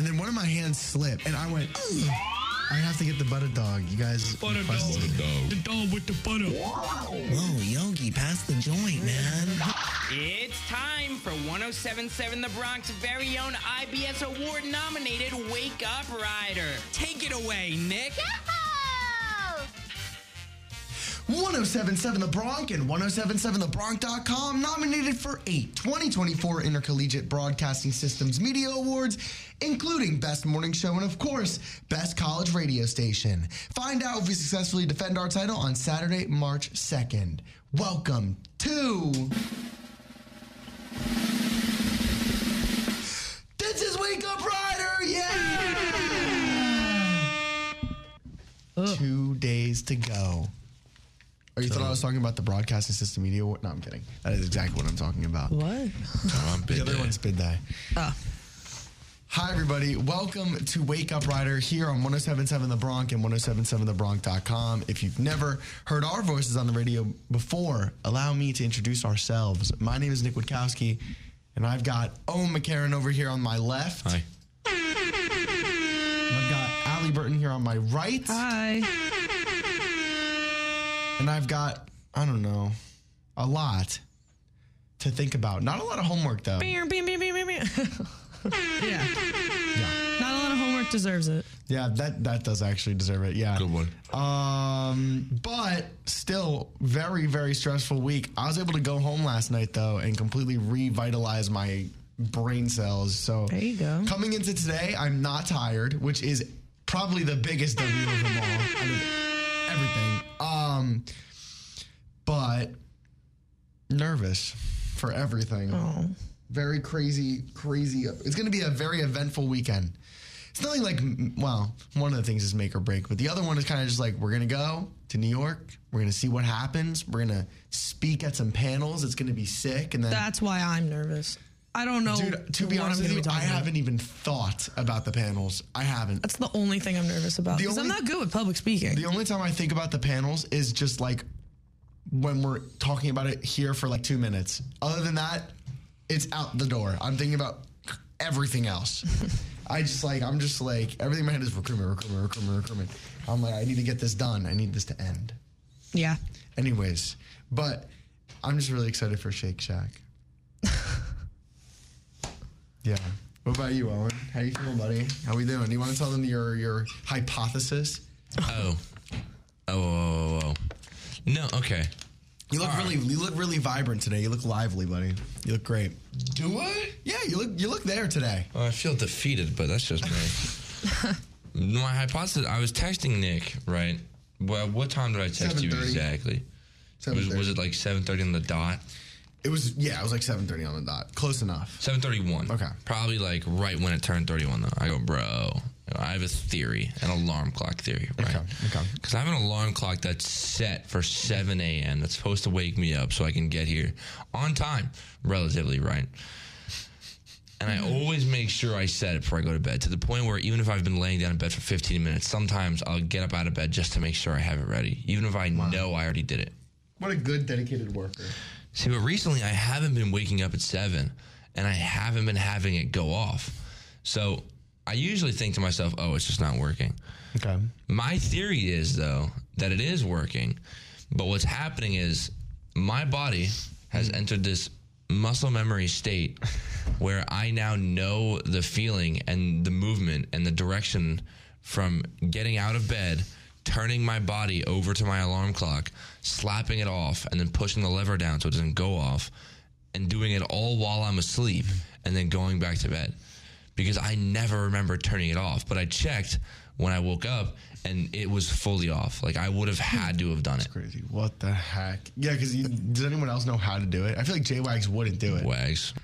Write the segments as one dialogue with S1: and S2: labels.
S1: hand slipped, and I went. "Ugh." I have to get the butter dog. You guys
S2: Butter dog.
S1: requested it.
S2: The dog with the butter.
S1: Whoa, Yogi, pass the joint, man.
S3: It's time for 1077 The Bronx very own IBS award nominated Wake Up Rider. Take it away, Nick.
S1: 1077 The Bronx and 1077TheBronx.com nominated for eight 2024 Intercollegiate Broadcasting Systems Media Awards, including Best Morning Show and, of course, Best College Radio Station. Find out if we successfully defend our title on Saturday, March 2nd. Welcome to. This is Wake Up Rider! Yeah! Two days to go. Oh, you thought I was talking about the broadcasting system media? award? No, I'm kidding. That is exactly what I'm talking about.
S4: What?
S1: The other one's Bid Die.
S4: Oh.
S1: Hi, everybody. Welcome to Wake Up Rider here on 1077 The Bronx and 1077TheBronx.com. If you've never heard our voices on the radio before, allow me to introduce ourselves. My name is Nick Witkowski, and I've got Owen McCarron over here on my left.
S2: Hi.
S1: And I've got Allie Burton here on my right.
S4: Hi.
S1: And I've got, I don't know, a lot to think about. Not a lot of homework, though.
S4: yeah. Not a lot of homework deserves it.
S1: Yeah, that that does actually deserve it. Yeah.
S2: Good one.
S1: Um, but still, very very stressful week. I was able to go home last night though and completely revitalize my brain cells. So
S4: There you go.
S1: Coming into today, I'm not tired, which is probably the biggest W of them all. out of everything. Um, but nervous for everything.
S4: Oh.
S1: Very crazy, crazy. It's going to be a very eventful weekend. It's nothing like, m- well, one of the things is make or break, but the other one is kind of just like, we're going to go to New York. We're going to see what happens. We're going to speak at some panels. It's going to be sick. And then,
S4: That's why I'm nervous. I don't know.
S1: dude, to be
S4: what
S1: honest
S4: I'm
S1: with
S4: gonna
S1: you,
S4: be
S1: I
S4: talking about.
S1: haven't even thought about the panels. I haven't.
S4: That's the only thing I'm nervous about.
S1: The
S4: Because I'm
S1: only-
S4: not good with public speaking.
S1: The only time I think about the panels is just like when we're talking about it here for like two minutes. Other than that, it's out the door. I'm thinking about everything else. I just like, I'm just like, everything in my head is recruitment, recruitment, recruitment, recruitment. I'm like, I need to get this done. I need this to end.
S4: yeah.
S1: Anyways, but I'm just really excited for Shake Shack. yeah. What about you, Owen? How you feeling, buddy? How we doing? Do you want to tell them your your hypothesis?
S2: Oh. Oh, oh, oh, oh, oh. No, okay.
S1: You look really you look really vibrant today. You look lively, buddy. You look great.
S2: Do I?
S1: Yeah, you look you look there today.
S2: Well, Oh, I feel defeated, but that's just me. My hypothesis, I was texting Nick, right? Well, what time did I text you
S1: 7:30.
S2: exactly? Was, was it like 7.30 on the dot?
S1: It was yeah, it was like 7:30 on the dot. Close enough.
S2: 7.31.
S1: Okay.
S2: Probably like right when it turned 31, though. I go, bro, I have a theory, an alarm clock theory, right?
S1: Okay, okay.
S2: Because I have an alarm clock that's set for 7 a.m. that's supposed to wake me up so I can get here on time, relatively, right? And I always make sure I set it before I go to bed to the point where even if I've been laying down in bed for 15 minutes, sometimes I'll get up out of bed just to make sure I have it ready, even if I know I already did it.
S1: What a good dedicated worker.
S2: See, but recently I haven't been waking up at seven and I haven't been having it go off. So I usually think to myself, oh, it's just not working.
S1: Okay.
S2: My theory is, though, that it is working. But what's happening is my body has entered this muscle memory state where I now know the feeling and the movement and the direction from getting out of bed, turning my body over to my alarm clock, slapping it off, and then pushing the lever down so it doesn't go off, and doing it all while I'm asleep, and then going back to bed because I never remember turning it off. But I checked when I woke up and it was fully off. Like I would have had to have done it.
S1: Crazy. What the heck? Yeah, because does anyone else know how to do it? I feel like J Wags wouldn't do it.
S2: Wags.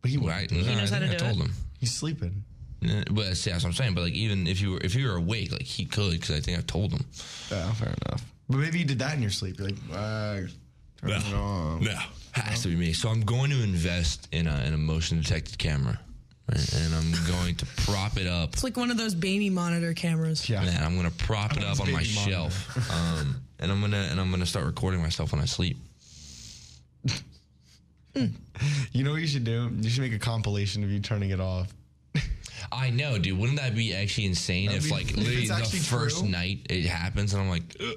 S1: But he
S2: Right. He
S4: knows how to
S2: I
S4: do
S2: told
S4: it.
S2: him.
S1: He's sleeping.
S2: Uh, But see, that's what I'm saying. But like, even if you were if you were awake, like he could, because I think I told him.
S1: Yeah, fair enough. But maybe you did that in your sleep. You're like, Wags, turn it on.
S2: has to be me. So I'm going to invest in a, an emotion detected camera, right? and I'm going to prop it up.
S4: It's like one of those baby monitor cameras.
S1: Yeah.
S2: Man, I'm gonna prop it
S1: want
S2: up
S1: this
S2: on my
S1: baby monitor.
S2: shelf, um, and I'm gonna and I'm gonna start recording myself when I sleep.
S1: You know what you should do? You should make a compilation of you turning it off.
S2: I know, dude. Wouldn't that be actually insane
S1: That'd
S2: if,
S1: be-
S2: like,
S1: if
S2: literally
S1: it's
S2: the
S1: actually
S2: first
S1: true? Uh.
S2: night it happens, and I'm like, "Ugh."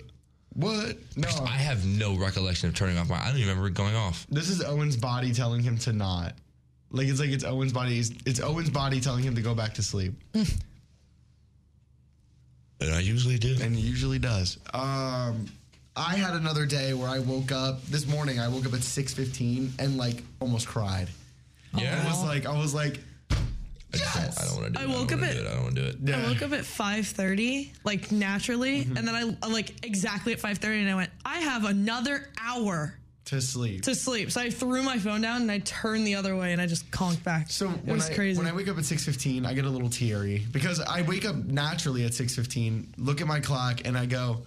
S1: What? No.
S2: I have no recollection of turning off my. I don't even remember it going off.
S1: this is Owen's body telling him to not. Like it's like it's Owen's body. It's, it's Owen's body telling him to go back to sleep,
S4: Mm.
S2: And I usually do.
S1: and he usually does. Um, I had another day where I woke up this morning. I woke up at six fifteen and like almost cried.
S2: Yeah.
S1: I was like, I was like, yes.
S2: I don't want to do
S4: I
S2: it.
S4: woke
S2: I don't
S4: up
S2: wanna
S4: at-
S2: do it. I don't want to do it.
S4: I woke up at 5:30, like naturally,
S1: Mm-hmm.
S4: and then I like exactly at 5:30, and I went, I have another hour
S1: to sleep.
S4: to sleep. So I threw my phone down and I turned the other way and I just conked back.
S1: So
S4: it
S1: when
S4: was
S1: I
S4: crazy.
S1: when I wake up at six fifteen, I get a little teary because I wake up naturally at six fifteen, look at my clock, and I go,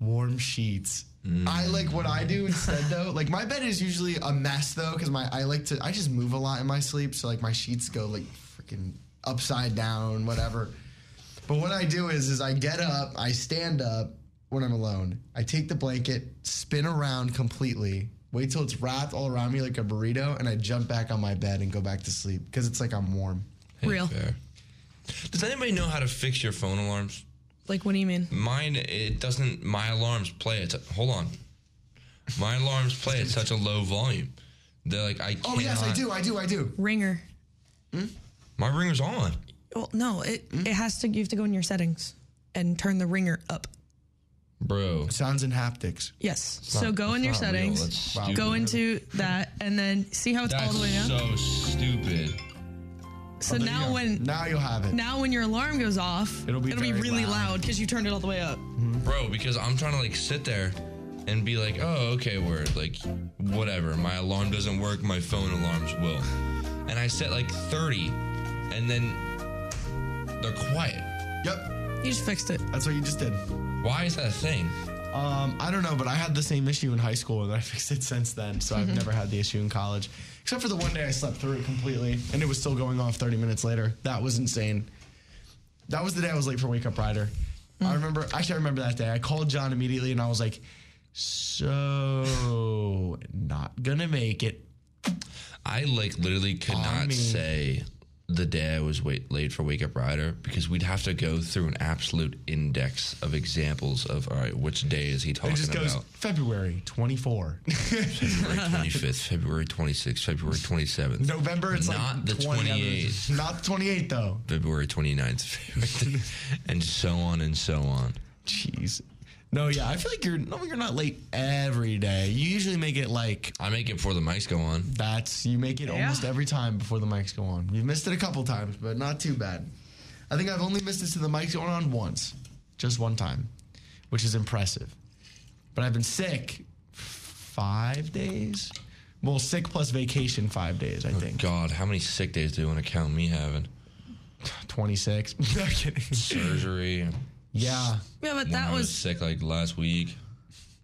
S1: warm sheets. I like what I do instead though. Like my bed is usually a mess though because my I like to I just move a lot in my sleep, so like my sheets go like freaking upside down, whatever. But what I do is is I get up, I stand up when I'm alone. I take the blanket, spin around completely, wait till it's wrapped all around me like a burrito, and I jump back on my bed and go back to sleep because it's like I'm warm.
S4: Real.
S2: Fair. Does anybody know how to fix your phone alarms?
S4: Like, what do you mean?
S2: Mine, it doesn't. My alarms play at. Hold on. My alarms play at such a low volume. They're like I.
S1: Oh yes, I
S2: cannot-
S1: do, I do, I do.
S4: Ringer.
S2: My ringer's on.
S4: Well, no, it
S1: Hmm?
S4: it has to. You have to go in your settings and turn the ringer up.
S2: Bro.
S1: Sounds and haptics.
S4: Yes. so go in your
S2: not real.
S4: settings,
S2: That's stupid.
S4: go into that, and then see how it's all
S2: That's
S4: the way down.
S2: so stupid.
S4: So,
S1: There you
S4: now
S1: go.
S4: when now,
S1: now you'll have it.
S4: when your alarm goes off,
S1: It'll be very
S4: really
S1: loud.
S4: loud because you turned it all the way up.
S2: Bro, because I'm trying to like sit there and be like, oh, okay, word. Like, whatever. My alarm doesn't work. My phone alarms will. And I set like 30, and then they're quiet.
S1: Yep,
S4: You just fixed it.
S1: that's what you just did.
S2: Why is that a thing?
S1: Um, I don't know, but I had the same issue in high school, and I fixed it since then. So
S2: Mm-hmm.
S1: I've never had the issue in college, except for the one day I slept through it completely, and it was still going off 30 minutes later. That was insane. That was the day I was late for Wake Up Rider.
S2: Mm.
S1: I remember, actually, I remember that day. I called John immediately, and I was like, "So not gonna make it."
S2: I like literally could not
S1: me.
S2: say the day I was wait, late for Wake Up Rider because we'd have to go through an absolute index of examples of all right, which day is he talking
S1: It just goes
S2: about?
S1: February 24,
S2: February 25th, February 26th, February 27th,
S1: November. It's
S2: Not
S1: like
S2: the
S1: 20 others. Not the 28 though.
S2: February 29th, February- and so on and so on.
S1: Jeez. No, yeah, I feel like you're no, you're not late every day. You usually make it like
S2: I make it before the mics go on.
S1: that's you make it almost every time before the mics go on. You've missed it a couple times, but not too bad. I think I've only missed it to the mics going on once, just one time, which is impressive. But I've been sick five days. Well, sick plus vacation five days, I think.
S2: God, how many sick days do you want to count me having?
S1: Twenty six. no I'm kidding.
S2: Surgery.
S1: Yeah.
S4: Yeah, but
S2: When
S4: that
S2: I was
S4: was
S2: sick like last week.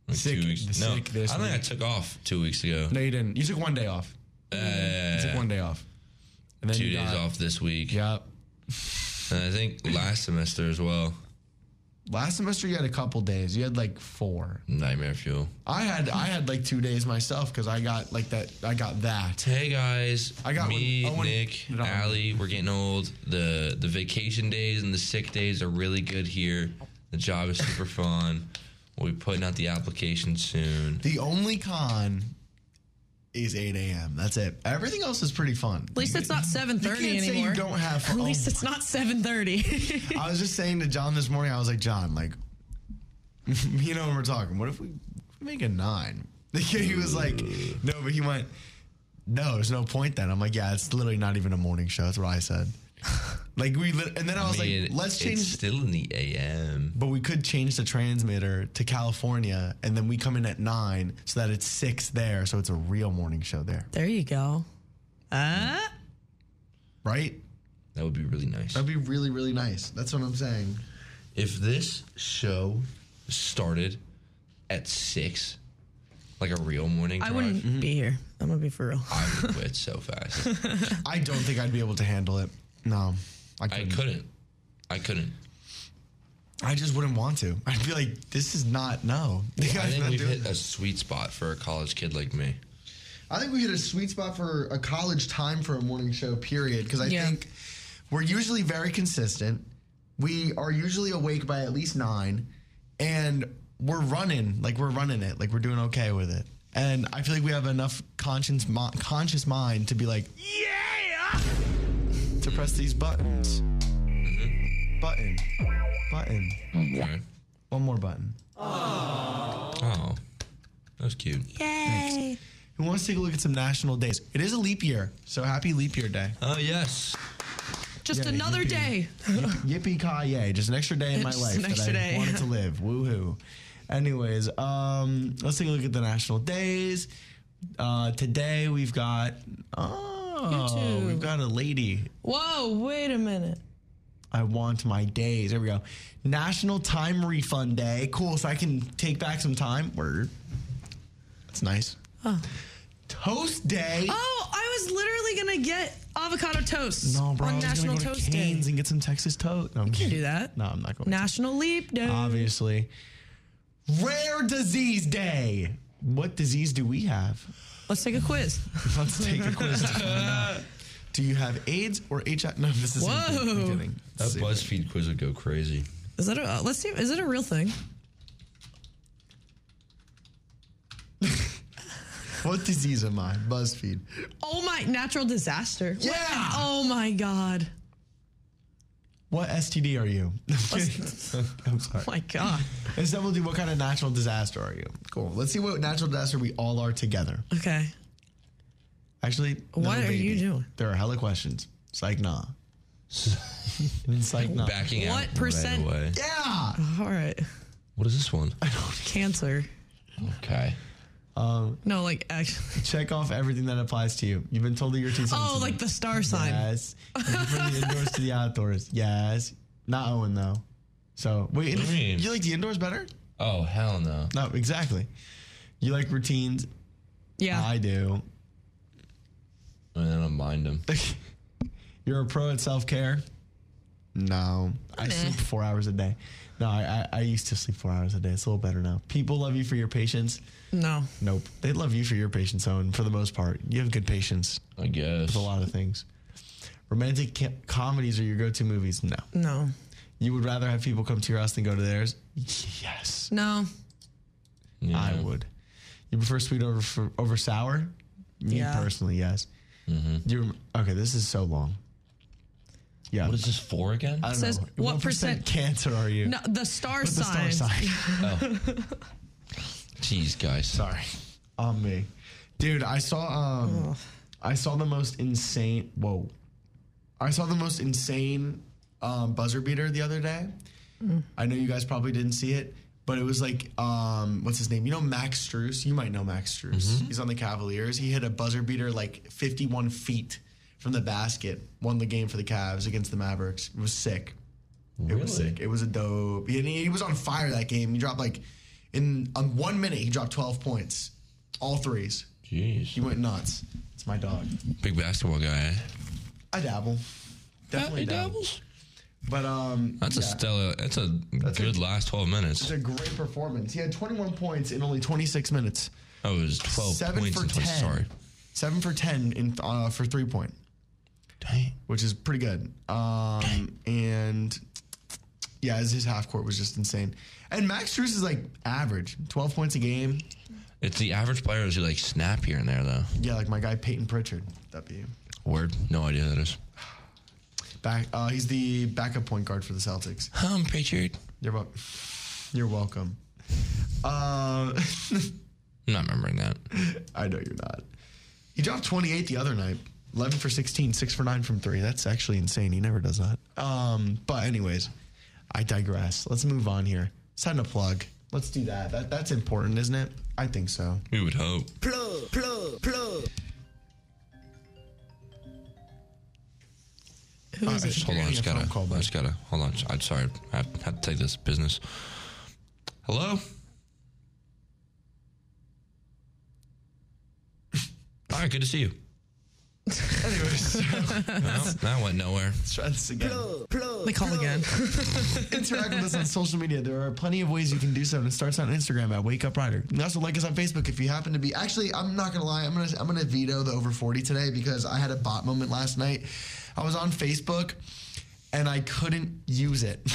S2: Like
S1: Sick-
S2: two weeks.
S1: the
S2: No,
S1: sick this
S2: I think I
S1: week.
S2: took off two weeks ago.
S1: No, you didn't. You took one day off. you took one day off. And then
S2: two
S1: you
S2: days
S1: got-
S2: off this week.
S1: Yep.
S2: And I think last semester as well.
S1: Last semester you had a couple days. You had like four.
S2: Nightmare fuel.
S1: I had I had like two days myself because I got like that. I got that.
S2: Hey guys,
S1: I got
S2: me,
S1: one- I wanna-
S2: Nick,
S1: No.
S2: Allie. We're getting old. the The vacation days and the sick days are really good here. The job is super fun. We'll be putting out the application soon.
S1: The only con is 8 a.m. That's it. Everything else is pretty fun.
S4: at least it's not seven
S1: you
S4: thirty
S1: can't say
S4: anymore.
S1: you don't have
S4: at
S1: fun.
S4: least it's not seven thirty.
S1: I was just saying to John this morning. I was like, John, like, you know, when we're talking, what if we make a nine? he was like, no, but he went, no, there's no point then. I'm like, yeah, it's literally not even a morning show. That's what I said. like we, lit- and then I, was
S2: mean,
S1: like, let's change.
S2: It's still in the AM.
S1: but we could change the transmitter to California, and then we come in at nine, so that it's six there, so it's a real morning show there,
S4: there you go. Uh,
S1: right?
S2: That would be really nice.
S1: That'd be really, really nice. That's what I'm saying.
S2: If this show started at six, like a real morning
S4: I
S2: drive,
S4: wouldn't
S1: mm-hmm.
S4: be here. I'm gonna be for real.
S2: I would quit so fast.
S1: I don't think I'd be able to handle it. No, I
S2: I
S1: couldn't. I,
S2: couldn't. I couldn't.
S1: just wouldn't want to. I'd be like, this is not no. The
S2: I
S1: guy's
S2: think
S1: not
S2: we've
S1: doing
S2: hit
S1: this.
S2: a sweet spot for a college kid like me.
S1: I think we hit a sweet spot for a college time for a morning show period because I
S4: Yeah.
S1: think We're usually very consistent. We are usually awake by at least nine, and we're running like we're running it, like we're doing okay with it. And I feel like we have enough conscience, mi- conscious mind to be like, yeah, to press these buttons, Mm-hmm. button, button,
S2: Okay.
S1: one more button.
S2: Oh, that was cute.
S4: Yay.
S1: Who wants to take a look at some national days? It is a leap year, so happy leap year day.
S2: Oh yes.
S4: Just
S1: Yeah,
S4: another
S1: yippee.
S4: day.
S1: Yippee ki yay! Just an extra day in my
S4: Just
S1: life
S4: an
S1: that I
S4: extra day.
S1: wanted to live. Woohoo! Anyways, um, let's take a look at the national days. Uh, today we've got oh,
S4: YouTube.
S1: we've got a lady.
S4: Whoa, wait a minute.
S1: I want my days. There we go. National Time Refund Day. Cool. So I can take back some time. Word. That's nice. Toast Day.
S4: Oh, I was literally gonna get avocado toast
S1: No, bro. I
S4: on
S1: was gonna
S4: National
S1: go to
S4: Toast
S1: Cane's
S4: Day.
S1: and get some Texas toast. No, I'm
S4: Can't
S1: kidding.
S4: do that.
S1: No, I'm not going. to.
S4: National Leap Day.
S1: obviously. Rare Disease Day. What disease do we have?
S4: Let's take a quiz.
S1: Let's take a quiz. to find out. Do you have AIDS or HIV? No, this is.
S4: Whoa.
S2: That BuzzFeed quiz would go crazy.
S4: Is that a uh, let's see? Is it a real thing?
S1: What disease am I? BuzzFeed.
S4: Oh my, natural disaster. What-
S1: Yeah.
S4: Oh my God.
S1: What STD are you? I'm sorry.
S4: Oh my God.
S1: And then we'll do what kind of natural disaster are you? Cool. Let's see what natural disaster we all are together.
S4: Okay.
S1: Actually, no,
S4: What are you
S1: baby.
S4: doing?
S1: There are hella questions. Psych nah. Psych nah.
S2: Backing out.
S4: What percent-
S2: Right away.
S1: Yeah.
S4: All right.
S2: What is this one?
S4: Cancer.
S2: Okay.
S4: No, like actually.
S1: Check off everything that applies to you. You've been told that you're too sensitive.
S4: Oh, like the star sign.
S1: Yes. And From the indoors to the outdoors. Yes. Not Owen though. So wait,
S2: do you mean?
S1: you like the indoors better?
S2: Oh hell no.
S1: No, exactly. You like routines?
S4: Yeah.
S1: I do.
S2: I, mean, I don't mind them.
S1: You're a pro at self care? No. I sleep four hours a day. No, I, I, I used to sleep four hours a day. It's a little better now. People love you for your patience.
S4: no.
S1: Nope. They love you for your patience, Owen, for the most part. You have good patience
S2: I guess.
S1: with a lot of things. Romantic ca- comedies are your go to movies? No.
S4: No.
S1: You would rather have people come to your house than go to theirs? Yes,
S4: No.
S2: Yeah.
S1: I would. You prefer sweet over for, over sour? Me
S4: Yeah.
S1: personally, yes.
S2: Mm-hmm.
S1: You rem- okay? This is so long. Yeah.
S2: What is this for again?
S1: I don't
S4: says
S1: know.
S4: what
S1: cancer are you?
S4: No. The star
S1: With the
S4: sign.
S1: star sign.
S2: Jeez, guys.
S1: Sorry, on me, dude. I saw um, I saw the most insane. Whoa, I saw the most insane um, buzzer beater the other day. I know you guys probably didn't see it, but it was like um, what's his name? You know Max Struess. You might know Max Struess. He's on the Cavaliers. He hit a buzzer beater like 51 feet from the basket. Won the game for the Cavs against the Mavericks. It was sick. It was
S2: Really?
S1: sick. It was a dope. And he, he was on fire that game. He dropped like in on one minute. He dropped twelve points, all threes. He
S2: Jeez.
S1: went nuts. It's my dog.
S2: Big basketball guy. eh?
S1: I dabble. Definitely dabble. But um,
S2: That's a
S1: yeah,
S2: stellar. That's a
S1: a-
S2: good last twelve minutes.
S1: it's a great performance. He had twenty one points in only twenty six minutes.
S2: Oh, it was twelve
S1: Seven
S2: points.
S1: for
S2: and 20
S1: ten.
S2: Sorry.
S1: Seven for ten in uh, for three point,
S2: Dang.
S1: which is pretty good. Um, and yeah, his, his half court was just insane. And Max Struess is like average, twelve points a game.
S2: It's the average players who like snap here and there though.
S1: Yeah, like my guy Peyton Pritchard. That'd be him.
S2: Word. No idea who that is.
S1: Back, uh, he's the backup point guard for the Celtics.
S2: Um, Patriot.
S1: You're, wel- you're welcome.
S2: I'm
S1: Uh,
S2: not remembering that.
S1: I know you're not. He dropped 28 the other night, 11 for 16, 6 for 9 from 3. That's actually insane. He never does that. Um, but, anyways, I digress. Let's move on here. It's time to plug. Let's do that. that. That's important, isn't it? I think so.
S2: We would hope.
S3: Plug, plug, plug.
S4: Who is
S2: I
S4: it?
S2: just, hold on, I just
S1: Getting a
S2: gotta,
S1: phone call,
S2: I just gotta, hold on. I'm sorry, I had to take this business. Hello? All right, good to see you.
S1: Anyways,
S2: Well, that went nowhere.
S1: stress again.
S4: They call again.
S1: Interact with us on social media. There are plenty of ways you can do so. And it starts on Instagram at Wake Up Rider. You can also like us on Facebook if you happen to be. Actually, I'm not gonna lie. I'm gonna I'm gonna veto the over 40 today because I had a bot moment last night. I was on Facebook and I couldn't use it.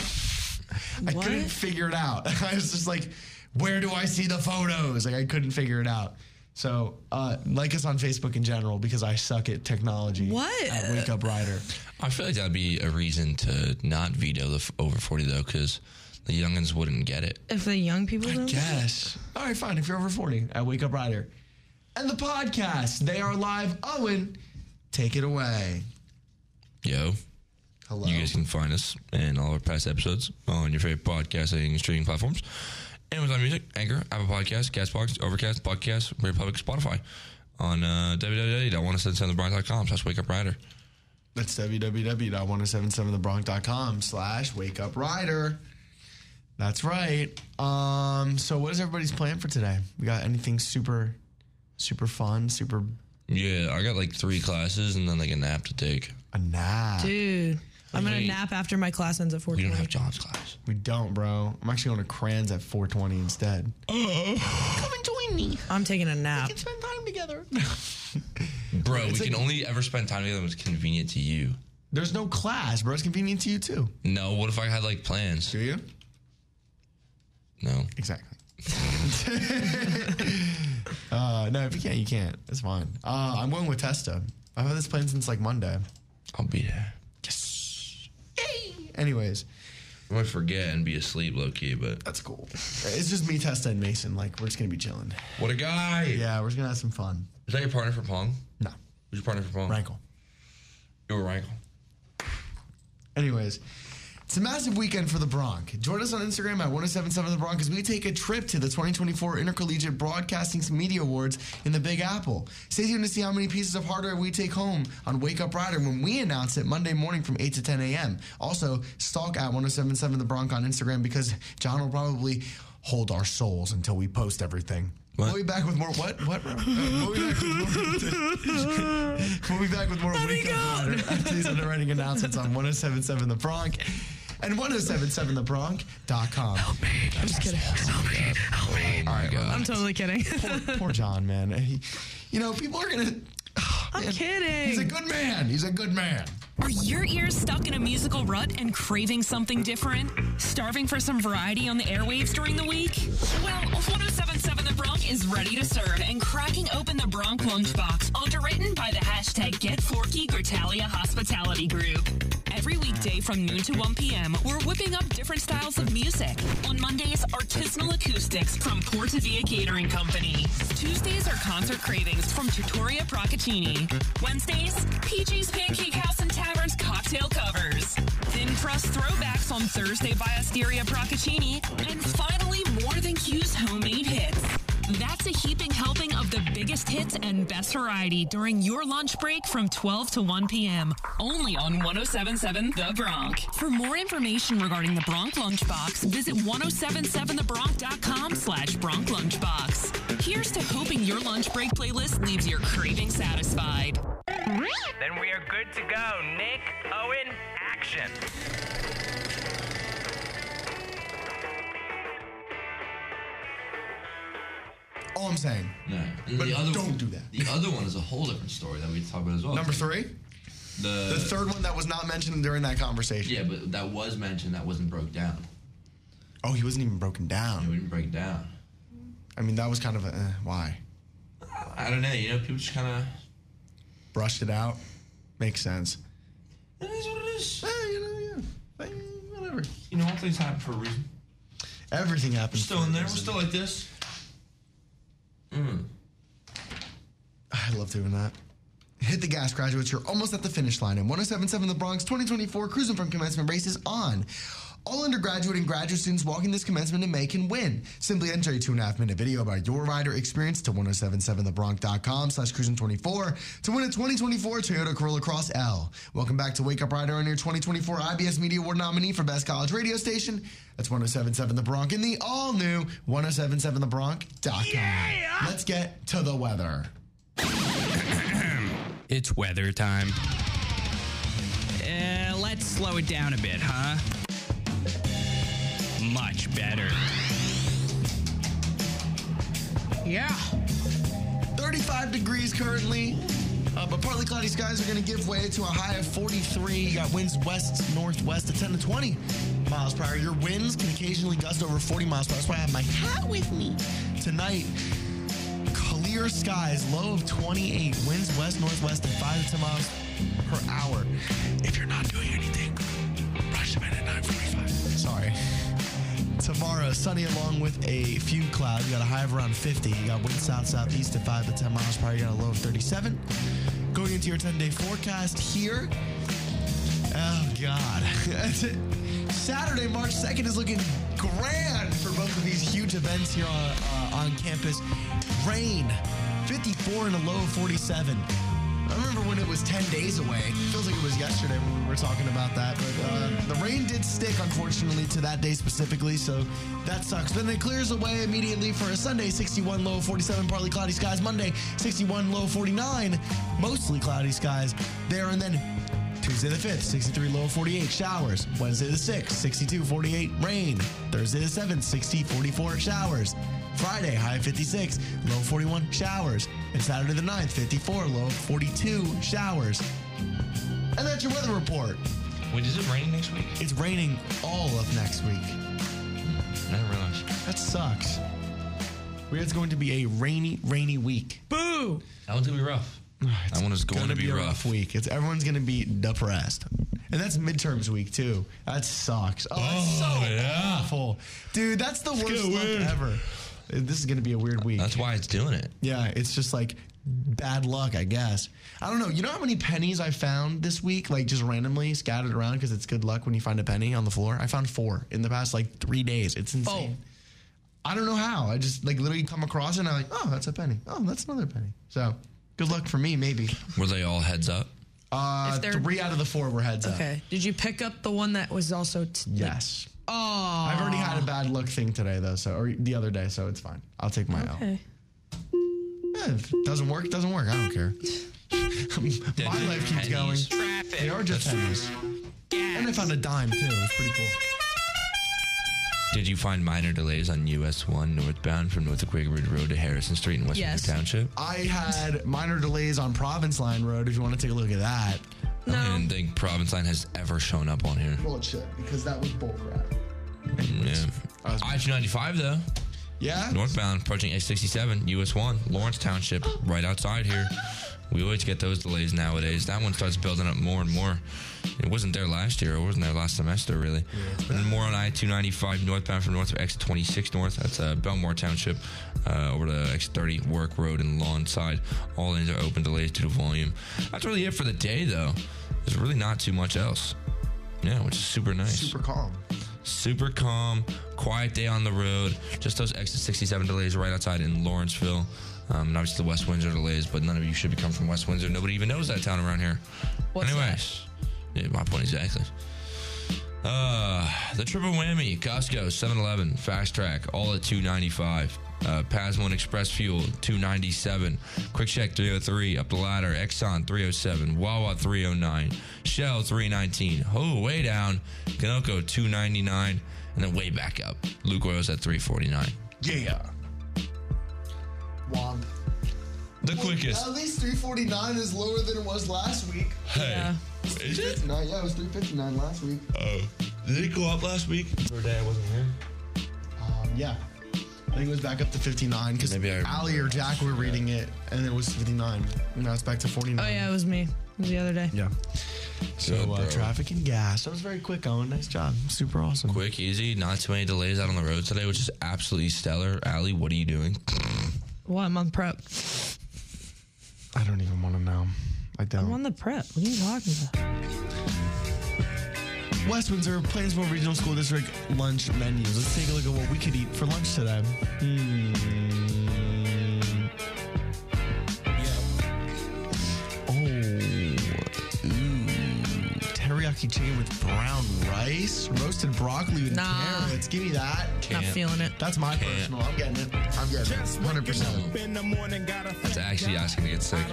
S1: I
S4: What?
S1: couldn't figure it out. I was just like, where do I see the photos? Like I couldn't figure it out. So uh, like us on Facebook in general because I suck at technology.
S4: What?
S1: At Wake Up Rider.
S2: I feel like that'd be a reason to not veto the f- over 40 though, because the youngins wouldn't get it.
S4: if the young people don't.
S1: Yes. All right, fine. If you're over 40, I Wake Up Rider. And the podcast, they are live. Owen, take it away.
S2: Yo,
S1: Hello.
S2: you guys can find us and all of our past episodes on your favorite podcasting and streaming platforms. Amazon Music, Anchor, Apple Podcasts, Castbox, Overcast, Podcast, Radio Public, Spotify. On uh, www.177thebronx.com slash Wake Up Rider.
S1: That's www.1077thebronx.com slash Wake Up Rider. That's right. Um, so what is everybody's plan for today? We got anything super, super fun, super
S2: Yeah, I got like three classes and then like a nap to take.
S1: a nap?
S4: Dude, I'm gonna
S2: Wait.
S4: nap after my class ends at four.
S2: We don't have John's class.
S1: We don't, bro. I'm actually going to Crans at 420 instead.
S4: I'm taking a nap.
S1: Spend time together.
S2: Bro, we can only ever spend time together when it's convenient to you.
S1: There's no class, bro. It's convenient to you too.
S2: No, what if I had like plans?
S1: Do you?
S2: No.
S1: Exactly. uh, no, if you can't, you can't. It's fine. Uh, I'm going with Testa. I've had this plan since like Monday.
S2: I'll be there.
S1: Anyways,
S2: I might forget and be asleep low key, but
S1: that's cool. It's just me, Testa, and Mason. Like, we're just going to be chilling.
S2: what a guy!
S1: Yeah, we're just going to have some fun.
S2: Is that your partner for Pong?
S1: No,
S2: Who's your partner for Pong?
S1: rankle.
S2: You were Rankle.
S1: Anyways, it's a massive weekend for the Bronx. Join us on Instagram at 1077 The Bronx as we take a trip to the 2024 Intercollegiate Broadcasting Media Awards in the Big Apple. Stay tuned to see how many pieces of hardware we take home on Wake Up Rider when we announce it Monday morning from 8 to 10 a.m. Also, stalk at 1077 The Bronx on Instagram because John will probably hold our souls until we post everything. We'll be back with more. What? What? bro? We'll be back with more. We'll be back with more
S4: me
S1: Wake Up
S4: go.
S1: Rider after these underwriting announcements on 1077 The Bronx and 1077thebronx.com.
S4: I'm just kidding.
S2: Oh my god.
S4: I'm totally kidding.
S1: Poor, poor John, man. He- you know, people are going to.
S4: I'm
S1: He's a
S4: kidding.
S1: good man. He's a good man.
S5: Are your ears stuck in a musical rut and craving something different? Starving for some variety on the airwaves during the week? Well, 1077 The Bronx is ready to serve and cracking open the Bronx Lunchbox, underwritten by the hashtag GetForkyGertalia Hospitality Group. Every weekday from noon to 1 p.m., we're whipping up different styles of music. On Mondays, artisanal acoustics from Portavia Catering Company. Tuesdays are concert cravings from Tutoria Procaccini. Wednesdays, PG's Pancake House and Tavern's cocktail covers. Thin crust throwbacks on Thursday by Asteria Procaccini. And finally, more than Q's homemade hits. That's a heaping helping of the biggest hits and best variety during your lunch break from 12 to 1 p.m. Only on 1077 The Bronx. For more information regarding the Bronx Lunchbox, visit 1077thebronx.com slash Bronx Lunchbox. Here's to hoping your lunch break playlist leaves your craving satisfied.
S6: Then we are good to go. Nick, Owen, action.
S1: All I'm saying.
S2: No. But the other
S1: don't
S2: one,
S1: do that.
S2: The other one is a whole different story that we talk about as well.
S1: Number three,
S2: The,
S1: the third one that was not mentioned during that conversation.
S2: Yeah, but that was mentioned. That wasn't broke down.
S1: Oh, he wasn't even broken
S2: It
S1: down.
S2: wouldn't break down.
S1: I mean, that was kind of a eh, why.
S2: I don't know. You know, people just kind
S1: Brushed it out. Makes sense.
S2: of. It is what it is.
S1: Eh, you know, yeah. Eh, Whatever.
S2: You know, all things happen for a reason.
S1: Everything happens.
S2: We're still in there. We're still like this.
S1: I love doing that. Hit the gas, graduates. You're almost at the finish line. And 1077 The Bronx 2024 Cruising from Commencement race is on. All undergraduate and graduate students walking this commencement to May can win. Simply enter a two and a half minute video about your rider experience to 1077thebronx.com slash cruising24 to win a 2024 Toyota Corolla Cross L. Welcome back to Wake Up Rider and your 2024 IBS Media Award nominee for Best College Radio Station. That's 1077 The Bronx and the oh all new 1077thebronx.com. Let's get to the weather.
S3: It's weather time. Uh, let's slow it down a bit, huh? Much better. Yeah.
S1: 35 degrees currently. Uh, but partly cloudy skies are going to give way to a high of 43. You got winds west northwest at 10 to 20 miles per hour. Your winds can occasionally gust over 40 miles per hour. That's why I have my hat with me tonight. Clear skies, low of 28. Winds west northwest at 5 to 10 miles per hour. If you're not doing anything, rush to bed at 9:45. Sorry. Tomorrow, sunny along with a few clouds. You got a high of around 50. You got wind south southeast at 5 to 10 miles per hour. You got a low of 37. Going into your 10 day forecast here. Oh, God. Saturday, March 2nd is looking grand for both of these huge events here on, uh, on campus. Rain, 54 and a low of 47. I remember when it was 10 days away. Feels like it was yesterday when we were talking about that. But uh, the rain did stick, unfortunately, to that day specifically. So that sucks. But then it clears away immediately for a Sunday 61 low 47, partly cloudy skies. Monday 61 low 49, mostly cloudy skies there. And then Tuesday the 5th 63 low 48, showers. Wednesday the 6th 62 48, rain. Thursday the 7th 60 44, showers. Friday, high of 56, low 41, showers. And Saturday the 9th, 54, low 42, showers. And that's your weather report.
S2: Wait, does it rain next week?
S1: It's raining all of next week.
S2: I didn't realize.
S1: That sucks. It's going to be a rainy, rainy week.
S4: Boo!
S2: That one's gonna be rough. that one is going to be,
S1: a
S2: rough.
S1: week. It's everyone's going to be depressed, and that's midterms week too. That sucks. Oh, that's so
S2: yeah.
S1: awful, dude. That's the worst
S2: get
S1: luck
S2: weird.
S1: ever. This is going to be a weird week.
S2: That's why it's doing it.
S1: Yeah, it's just like bad luck, I guess. I don't know. You know how many pennies I found this week, like just randomly scattered around because it's good luck when you find a penny on the floor? I found four in the past like three days.
S4: Oh.
S1: It's insane. I don't know how. I just like literally come across it and I'm like, oh, that's a penny. Oh, that's another penny. So good luck for me, maybe.
S2: Were they all heads up?
S1: Uh,
S4: If they're-
S1: three out of the four were heads up.
S4: Okay. Did you pick up the one that was also? T-
S1: Yes.
S4: oh.
S1: I've already had a bad luck thing today, though, so or the other day, so it's fine. I'll take my L.
S4: Okay.
S1: Yeah, if it doesn't work, it doesn't work. I don't care. my life keeps going.
S2: pennies.
S1: They
S3: Traffic.
S1: are just pennies. And I found a dime too. It's pretty cool.
S2: Did you find minor delays on US 1 northbound from North Quaker Ridge Road to Harrison Street in West
S4: Yes.
S2: Windsor Township?
S1: I had minor delays on Province Line Road. If you want to take a look at that.
S2: I didn't think Province Line has ever shown up on here.
S1: Bullshit, because that was bullcrap.
S2: Yeah.
S1: I was-
S2: I 295 though,
S1: Yeah.
S2: northbound approaching H67, US 1, Lawrence Township, right outside here. We always get those delays nowadays. That one starts building up more and more. It wasn't there last year. It wasn't there last semester, really. And then more on I 295 northbound from north of X 26 north. That's uh, Belmore Township uh, over to X 30 Work Road and Lawnside. All lanes are open, delays due to volume. That's really it for the day, though. There's really not too much else. Yeah, which is super nice
S1: Super calm.
S2: super calm, quiet day on the road. Just those exit 67 delays right outside in Lawrenceville. Um, and obviously the West Windsor delays, but none of you should be coming from West Windsor. Nobody even knows that town around here.
S4: What's
S2: Anyways, yeah, my point exactly. Uh, the triple whammy, Costco, 7-Eleven, Fast Track, all at 295. Uh, Pasmo and Express Fuel, 297. Quick Check, 303. Up the ladder, Exxon, 307. Wawa, 309. Shell, 319. Oh, way down. Kanoko, 299. And then way back up. Luke Oil's at 349.
S1: Yeah. Womp.
S2: The quickest.
S1: least 349 is lower than it was last week.
S2: Hey. Is it?
S1: yeah, it was 359 last week.
S2: Oh. Did it go up last week?
S1: Um, yeah. I think it was back up to 59 because
S2: Maybe I remember
S1: Ali or Jack were reading it and it was 59. Now it's back to 49.
S4: Oh yeah, it was me. It was the other day.
S1: Yeah. So
S2: Good,
S1: uh,
S2: bro.
S1: traffic and gas. That was very quick, Owen. Nice job. Super awesome.
S2: Quick, easy, not too many delays out on the road today, which is absolutely stellar. Allie, what are you doing?
S4: Well, I'm on prep.
S1: I don't even want to know. I don't.
S4: I'm on the prep. What are you talking about?
S1: West Windsor Plainsville Regional School District lunch menus. Let's take a look at what we could eat for lunch today. Hmm. Oh. Ooh. Teriyaki chicken with brown rice, roasted broccoli with
S4: Nah.
S1: carrots. Give me that.
S4: Not
S2: Can't.
S4: feeling it.
S1: That's my
S2: Can't.
S1: personal. I'm getting it. I'm getting it. 100%.
S2: That's actually asking to get sick.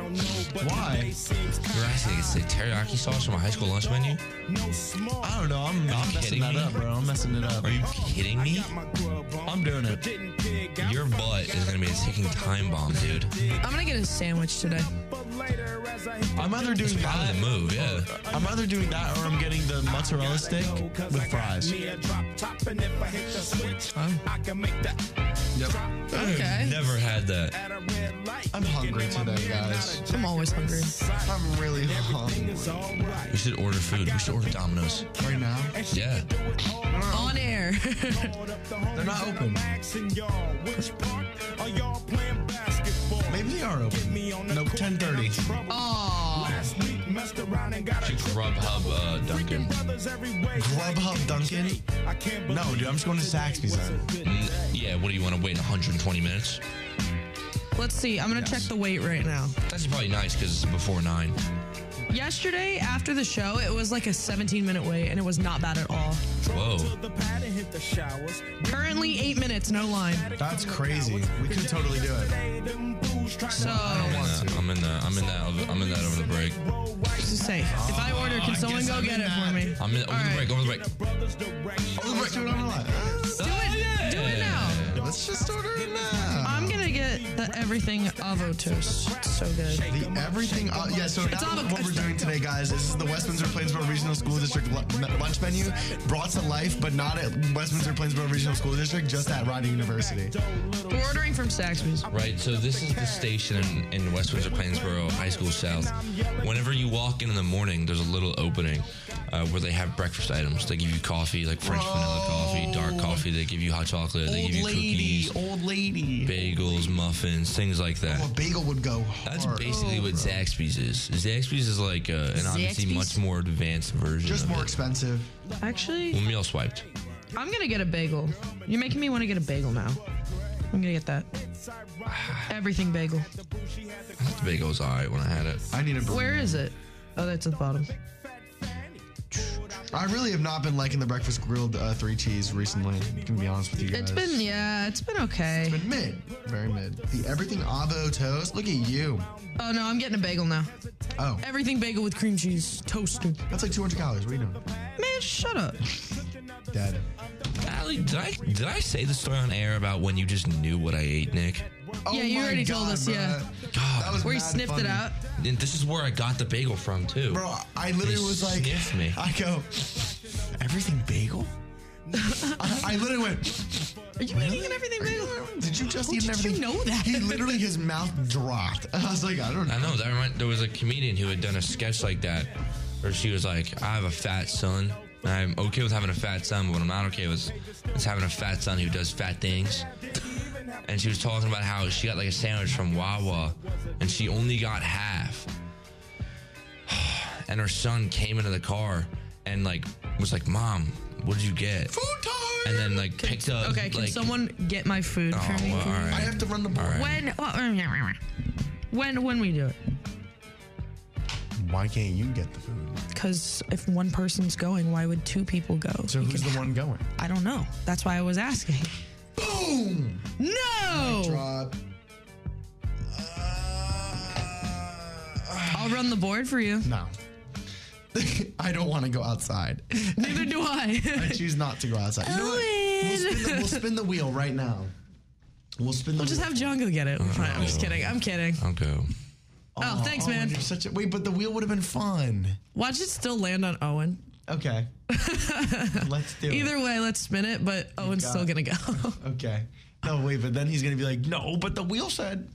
S1: Why?
S2: You're asking it's the teriyaki sauce from a high school lunch menu?
S1: I don't know. I'm, I'm messing
S2: kidding
S1: that
S2: me?
S1: up, bro. I'm messing it up.
S2: Are you kidding me?
S1: I'm doing it.
S2: Your butt is gonna be a ticking time bomb, dude.
S4: I'm gonna get a sandwich today.
S1: I'm either doing
S2: Probably the
S1: that.
S2: move, yeah.
S1: I'm either doing that or I'm getting the mozzarella stick with fries.
S4: Okay.
S2: Never had that.
S1: I'm hungry today, guys.
S4: I'm always hungry.
S1: I'm really hungry
S2: We should order food. We should order Domino's.
S1: right now.
S2: Yeah.
S4: On air.
S1: They're not open. Maybe they are open. Nope, 10:30.
S4: Aw.
S2: Should Grubhub uh, Dunkin'.
S1: Grubhub Dunkin'. No, dude, I'm just going to Zaxby's then.
S2: Mm, yeah, what do you want to wait 120 minutes?
S4: Let's see. I'm gonna check the weight right now.
S2: That's probably nice because it's before nine.
S4: Yesterday after the show, it was like a 17 minute wait, and it was not bad at all.
S2: Whoa.
S4: Currently eight minutes, no line.
S1: That's crazy. We could totally do it.
S4: So
S2: I'm
S1: Oh.
S2: in that. I'm in that. I'm in that. I'm in that over the break.
S4: just say, if I order, can someone
S1: guess
S4: go
S1: I'm
S4: get
S1: in
S4: it for
S1: that.
S4: me?
S2: I'm in over the
S4: All right.
S2: break. Over the break.
S1: Oh, let's do it on the line.
S4: Do it. Do it now.
S1: Let's just order it now.
S4: I'm gonna get the everything avocado toast. It's so good.
S1: The everything, uh, yeah. So that's
S4: all-
S1: what we're doing today, guys. This is the West Windsor Plainsboro Regional School District lu- m- lunch menu, brought to life, but not at West Windsor Plainsboro Regional School District, just at Rider University.
S4: We're ordering from Saxby's.
S2: Right, so this is the station in, in West Windsor Plainsboro High School South. Whenever you walk in in the morning, there's a little opening uh, where they have breakfast items. They give you coffee, like French vanilla coffee,
S1: Oh.
S2: dark coffee. They give you hot chocolate. they give you cookies,
S1: old lady.
S2: bagels, muffins, things like that.
S1: A bagel would go hard.
S2: That's basically
S4: Oh,
S2: what
S1: Oh,
S2: Zaxby's is. Zaxby's is like uh, an obviously
S4: Zaxby's?
S2: much more advanced version.
S1: Just
S2: of
S1: more
S2: it.
S1: expensive.
S4: Actually,
S2: Well, meal swiped.
S4: I'm gonna get a bagel. You're making me want to get a bagel now. I'm gonna get that. Everything bagel.
S2: The bagel's all right when I had it.
S1: I need a burrito.
S4: Where is it? Oh, that's at the bottom.
S1: I really have not been liking the breakfast grilled uh, three cheese recently. I'm gonna be honest with you guys.
S4: It's been yeah, it's been okay.
S1: Been mid, very mid. The everything avo toast. Look at you.
S4: Oh no, I'm getting a bagel now.
S1: Oh,
S4: Everything bagel with cream cheese, toasted.
S1: that's like 200 calories. What are you doing,
S4: Man, shut up.
S1: Dad?
S2: Allie, did I did I say the story on air about when you just knew what I ate, Nick?
S1: Oh
S4: Yeah, you
S1: my
S4: already told us, yeah.
S1: bruh.
S2: God.
S1: that was
S4: Where you
S1: mad
S4: sniffed
S1: funny.
S4: it out.
S2: And this is where I got the bagel from too.
S1: bro. I literally
S2: They
S1: was like,
S2: sniffed me.
S1: I go, everything bagel. I, I literally went.
S4: Are you eating an everything bagel?
S1: Did you just
S4: How
S1: eat
S4: did
S1: an everything?
S4: you know that?
S1: He literally his mouth dropped. I was like, I don't know.
S2: I know that remind, there was a comedian who had done a sketch like that, where she was like, "I have a fat son. I'm okay with having a fat son, but what I'm not okay with is having a fat son who does fat things." And she was talking about how she got like a sandwich from Wawa, and she only got half. And her son came into the car and like was like, "Mom, what did you get?"
S1: Food time.
S2: And then like picked up.
S4: Okay, can
S2: like,
S4: someone get my food
S2: Oh,
S4: for me?
S2: well, all right.
S1: I have to run the board.
S4: When well, mm, when when we do it?
S1: Why can't you get the food?
S4: Because if one person's going, why would two people go?
S1: So
S4: You
S1: who's
S4: can-
S1: the one going?
S4: I don't know. That's why I was asking.
S1: Boom. Uh,
S4: No,
S1: Drop.
S4: I'll run the board for you.
S1: No. I don't want to go outside.
S4: Neither do
S1: I
S4: I.
S1: choose not to go outside. You know what? We'll spin the, we'll spin the wheel right now. We'll spin the
S4: We'll just
S1: wheel.
S4: have Django get it. We're fine. I'm just kidding. I'm kidding.
S2: I'll go.
S4: Oh, thanks,
S1: Oh,
S4: man.
S1: you're such a, wait, but the wheel would have been fun.
S4: Watch it still land on Owen.
S1: Okay. Let's do it.
S4: Either way, let's spin it, but Owen's
S1: got
S4: still gonna go.
S1: Okay. No, wait, but then he's going to be like, no, but the wheel said.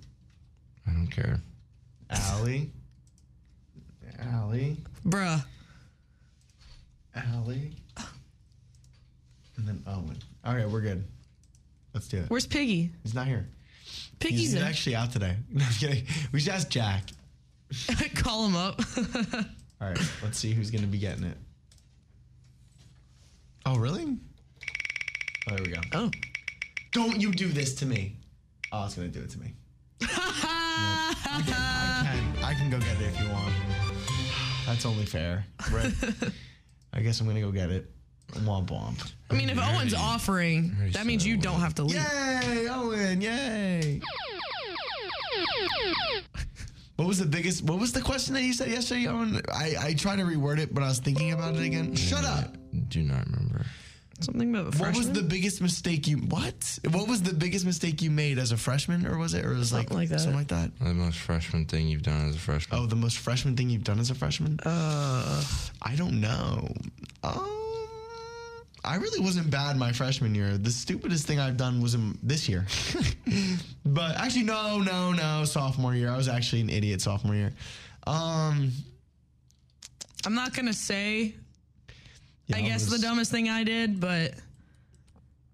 S2: I don't care.
S1: Allie. Allie.
S4: Bruh.
S1: Allie. And then Owen. All right, we're good. Let's do it.
S4: Where's Piggy?
S1: he's not here. He's,
S4: Piggy's
S1: he's
S4: in.
S1: actually out today. No, I'm kidding. We should ask Jack.
S4: Call him up.
S1: All right, let's see who's going to be getting it. Oh, really? Oh, there we go.
S4: oh.
S1: Don't you do this to me. Oh, it's going to do it to me. I can, I can go get it if you want. That's only fair. Right. I guess I'm going to go get it. Womp womp.
S4: I mean, if Owen's offering, that means you don't have to leave.
S1: Yay, Owen, yay. What was the biggest? What was the question that you said yesterday, Owen? I I tried to reword it, but I was thinking about it again. Shut up.
S2: Do not remember.
S4: Something about
S1: What
S4: freshman?
S1: was the biggest mistake you? What? What was the biggest mistake you made as a freshman, or was it, or was it like
S4: Something like that.
S1: Something like that.
S2: The most freshman thing you've done as a freshman.
S1: Oh, the most freshman thing you've done as a freshman? Uh, I don't know. Um, I really wasn't bad my freshman year. The stupidest thing I've done was in this year. but actually, no, no, no. Sophomore year, I was actually an idiot sophomore year. Um,
S4: I'm not gonna say.
S1: yeah,
S4: I guess the
S1: was-
S4: dumbest thing I did, but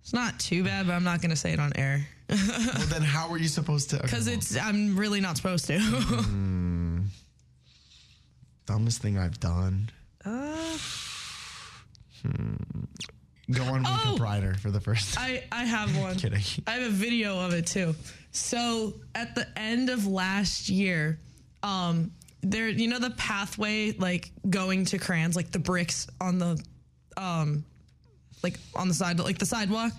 S4: it's not too bad. But I'm not gonna say it on air
S1: Well, then how were you supposed to? okay,
S4: because
S1: well,
S4: it's. I'm really not supposed to.
S1: dumbest thing I've done.
S4: Uh.
S1: Hmm. Go on
S4: Oh!
S1: Makeup Rider for the first time.
S4: I I have one.
S1: Kidding.
S4: I have a video of it too. So at the end of last year, um, there you know the pathway like going to Crayons, like the bricks on the, um, like on the side, like the sidewalk.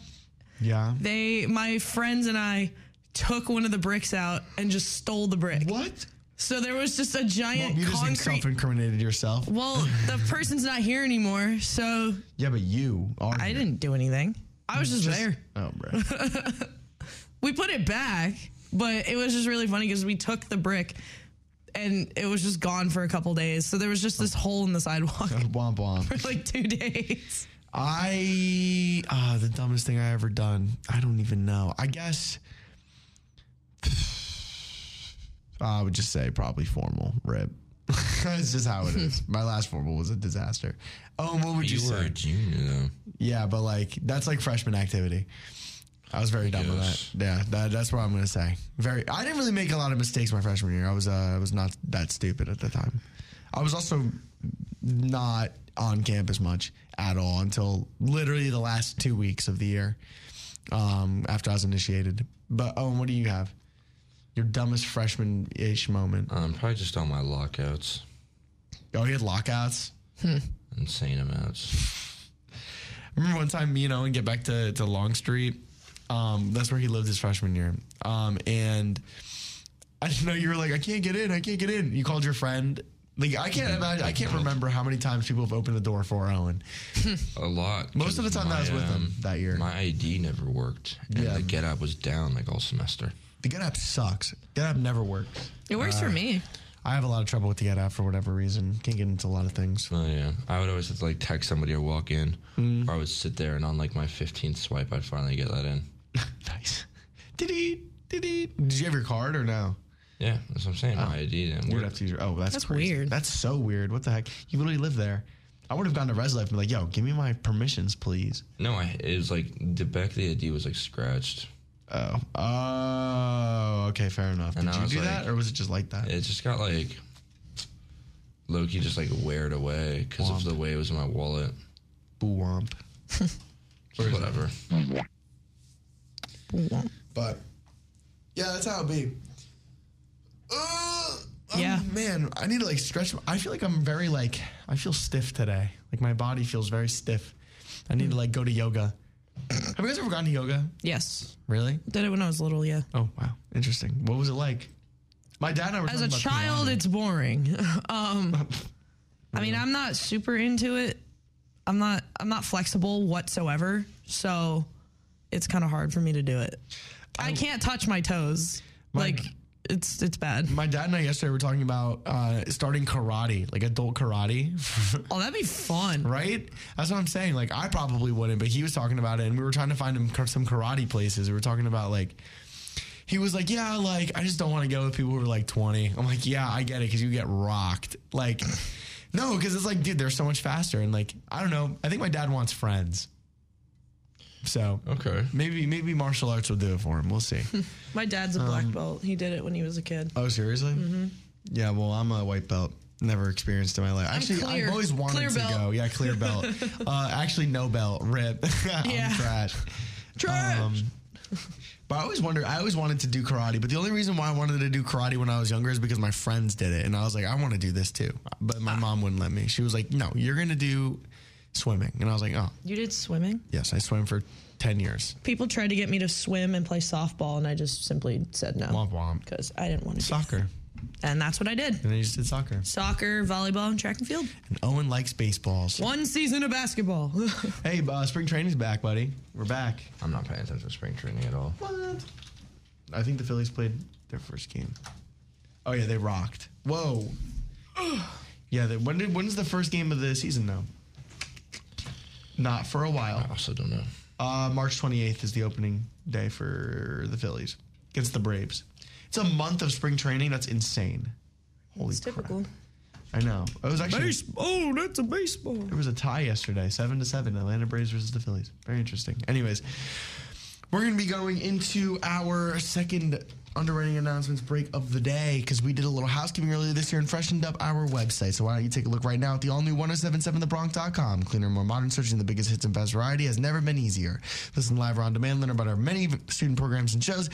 S1: Yeah.
S4: They, my friends and I, took one of the bricks out and just stole the brick.
S1: What?
S4: So there was just a giant
S1: You just
S4: concrete.
S1: self-incriminated yourself.
S4: Well, the person's not here anymore, so
S1: Yeah, but you are.
S4: I
S1: here.
S4: didn't do anything. I was just,
S1: Just-
S4: there.
S1: Oh, bro.
S4: We put it back, but it was just really funny because we took the brick and it was just gone for a couple days. So there was just this hole in the sidewalk
S1: womp womp.
S4: for like two days.
S1: I ah the dumbest thing I ever done. I don't even know. I guess I would just say probably formal rip. That's just how it is. My last formal was a disaster. Oh, what would you,
S2: you were a
S1: say?
S2: junior though.
S1: Yeah, but like that's like freshman activity. I was very dumb with that.
S2: Yes.
S1: Yeah, that, that's what I'm gonna say. Very. I didn't really make a lot of mistakes my freshman year. I was uh, I was not that stupid at the time. I was also not on campus much at all until literally the last two weeks of the year um, after I was initiated. But Owen, what do you have? Your dumbest freshman ish moment.
S2: Um, probably just all my lockouts,
S1: Oh, he had lockouts.
S2: insane amounts.
S1: remember one time me and Owen get back to, to Long Street. Um, that's where he lived his freshman year. Um, and I didn't know you were like, I can't get in, I can't get in. You called your friend. Like I can't imagine, I can't remember how many times people have opened the door for Owen.
S2: A lot.
S1: Most of the time that I was with him that year.
S2: My ID never worked, and
S1: Yeah.
S2: the get up was down like all semester.
S1: The get up sucks. Get up never works.
S4: It works
S1: Uh.
S4: for me.
S1: I have a lot of trouble with the get up for whatever reason. Can't get into a lot of things.
S2: Oh yeah, I would always have to like text somebody or walk in,
S1: Mm-hmm.
S2: or I would sit there and on like my 15th swipe, I'd finally get that in.
S1: nice. Did he? Did he? Did you have your card or no?
S2: Yeah, that's what I'm saying.
S1: Ah.
S2: My ID didn't
S1: Weird
S2: work.
S1: have to use your. Oh, that's,
S4: That's
S1: crazy.
S4: weird.
S1: That's so weird. What the heck? You literally live there. I would have gone to Res Life and be like, "Yo, give me my permissions, please."
S2: No, I, it was like the back of the ID was like scratched.
S1: Oh, oh, okay, fair enough.
S2: And
S1: Did
S2: I
S1: you
S2: was
S1: do that,
S2: like-
S1: or was it just like that?
S2: It just got like Loki just like weared away because of the way it was in my wallet.
S1: Boo womp.
S2: Whatever.
S1: But yeah, that's how it be. Uh,
S4: Yeah.
S1: man, I need to like stretch. I feel like I'm very like I feel stiff today. Like my body feels very stiff. I need to like go to yoga. Have you guys ever gone to yoga?
S4: Yes.
S1: Really?
S4: Did it when I was little, yeah.
S1: Oh wow, interesting. What was it like? My dad and I were
S4: As
S1: talking
S4: a
S1: about
S4: child,
S1: piano.
S4: it's boring. um, I mean, I'm not super into it. I'm not. I'm not flexible whatsoever. So it's kind of hard for me to do it. I, can't touch my toes. like it's it's bad.
S1: My dad and I yesterday were talking about uh, starting karate, like adult karate,
S4: oh, that'd be fun.
S1: right? That's what I'm saying. Like I probably wouldn't, but he was talking about it, and we were trying to find him kar- some karate places. We were talking about like. He was like, "Yeah, like I just don't want to go with people who are like 20." I'm like, "Yeah, I get it, because you get rocked." Like, no, because it's like, dude, they're so much faster, and like, I don't know. I think my dad wants friends, so
S2: Okay.
S1: maybe maybe martial arts will do it for him. We'll see.
S4: My dad's a black belt. He did it when he was a kid.
S1: Oh, seriously?
S4: Mm-hmm.
S1: Yeah, well, I'm a white belt. Never experienced in my life. Actually,
S4: clear.
S1: I've always wanted
S4: Clear
S1: to
S4: belt.
S1: go. Yeah, clear belt. uh, actually, no belt. Rip. I'm
S4: Yeah.
S1: trash.
S4: Trash.
S1: But I always wonder. I always wanted to do karate, but the only reason why I wanted to do karate when I was younger is because my friends did it, and I was like, I want to do this too. But my mom wouldn't let me. She was like, No, you're gonna do swimming, and I was like, Oh,
S4: you did swimming.
S1: yes, I swam for ten years.
S4: People tried to get me to swim and play softball, and I just simply said no
S1: Womp womp.
S4: because I didn't want to.
S1: Soccer.
S4: And that's what I did
S1: And then you just did soccer.
S4: soccer, volleyball, and track and field.
S1: And Owen likes baseballs.
S4: One season of basketball.
S1: Hey, uh, spring training's back, buddy. We're back.
S2: I'm not paying attention to spring training at all.
S1: What? I think the Phillies played their first game. Oh yeah, they rocked. Whoa. yeah. They, when did? When's the first game of the season though? Not for a
S2: I
S1: while.
S2: also don't know.
S1: Uh, March 28th is the opening day for the Phillies against the Braves. It's a month of spring training. That's insane. Holy crap! I know. It was actually
S4: Oh, that's a baseball.
S1: there was a tie yesterday, seven to seven, Atlanta Braves versus the Phillies. Very interesting. Anyways, we're gonna be going into our second underwriting announcements break of the day because we did a little housekeeping earlier this year and freshened up our website. So why don't you take a look right now at the all new 1077thebronx.com. Cleaner, more modern, searching the biggest hits and best variety has never been easier. Listen live or on demand, learn about our many student programs and shows.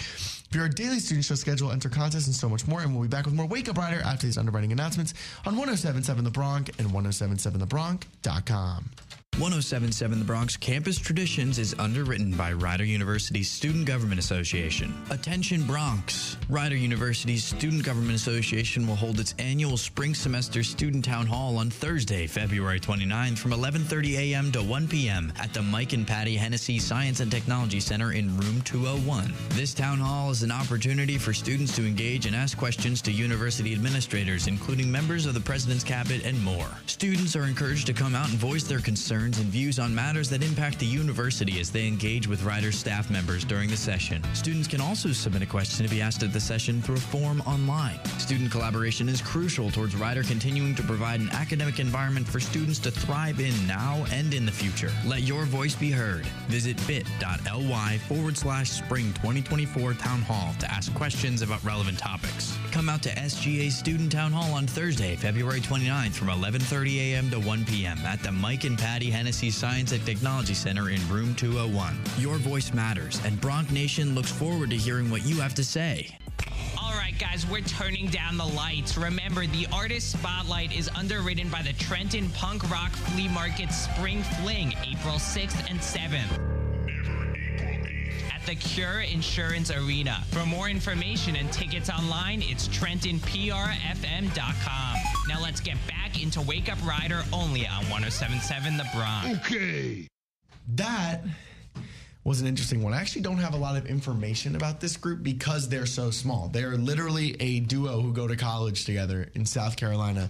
S1: View our daily student show schedule, enter contests, and so much more. And we'll be back with more Wake Up Rider after these underwriting announcements on 1077 The Bronx and 1077thebronx.com.
S7: 1077 The Bronx Campus Traditions is underwritten by Rider University's Student Government Association. Attention Bronx! Rider University's Student Government Association will hold its annual spring semester student town hall on Thursday, February 29th from 11:30 a.m. to 1 p.m. at the Mike and Patty Hennessy Science and Technology Center in room 201. This town hall is an opportunity for students to engage and ask questions to university administrators, including members of the President's Cabinet and more. Students are encouraged to come out and voice their concerns and views on matters that impact the university as they engage with Rider staff members during the session. Students can also submit a question to be asked at the session through a form online. Student collaboration is crucial towards Rider continuing to provide an academic environment for students to thrive in now and in the future. Let your voice be heard. Visit bit.ly forward slash spring 2024 town hall to ask questions about relevant topics. Come out to SGA Student Town Hall on Thursday, February 29th from 11.30 a.m. to 1 p.m. at the Mike and Patty Hennessy Science and Technology Center in room 201. Your voice matters, and Bronx Nation looks forward to hearing what you have to say.
S3: All right, guys, we're turning down the lights. Remember, the artist spotlight is underwritten by the Trenton Punk Rock Flea Market Spring Fling, April 6th and 7th at the Cure Insurance Arena. For more information and tickets online, it's trentonprfm.com. Now let's get back into Wake Up Rider only on 1077 The Bronx.
S1: that was an interesting one. I actually don't have a lot of information about this group because they're so small. They're literally a duo who go to college together in South Carolina.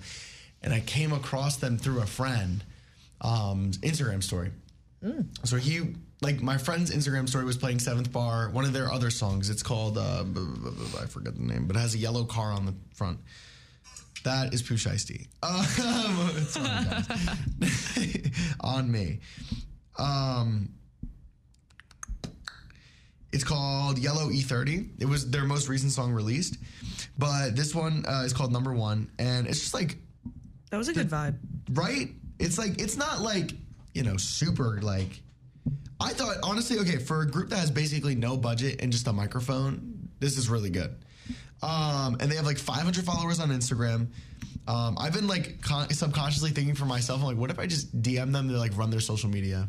S1: And I came across them through a friend um, Instagram story. So he, like, my friend's Instagram story was playing Seventh Bar, one of their other songs. It's called, uh, b- b- b- I forget the name, but it has a yellow car on the front. That is Pooh Shiesty. Um, sorry, guys. on me. Um, it's called Yellow E30. It was their most recent song released, but this one uh, is called Number One, and it's just like
S4: That was a good vibe.
S1: right? It's like it's not like you know super like. I thought honestly, okay, for a group that has basically no budget and just a microphone, this is really good. Um, and they have like 500 followers on Instagram. Um, I've been like con- subconsciously thinking for myself, I'm like, what if I just DM them to like run their social media?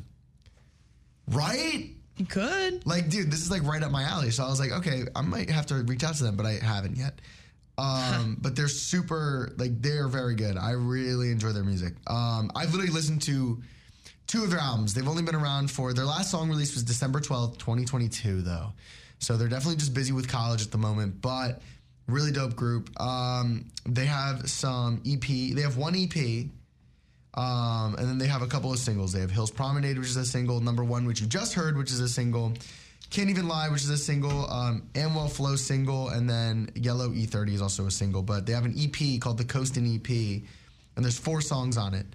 S1: Right?
S4: You could.
S1: Like, dude, this is like right up my alley. So I was like, okay, I might have to reach out to them, but I haven't yet. Um, but they're super, like, they're very good. I really enjoy their music. Um, I've literally listened to two of their albums. They've only been around for their last song release was December 12th, 2022, though. So they're definitely just busy with college at the moment, but really dope group. Um, they have some EP, they have one E EP um, and then they have a couple of singles. They have Hills Promenade, which is a single. Number one, which you just heard, which is a single. Can't Even Lie, which is a single. Um, Amwell Flow single, and then Yellow E30 is also a single. But they have an EP called the Coastin EP, and there's four songs on it.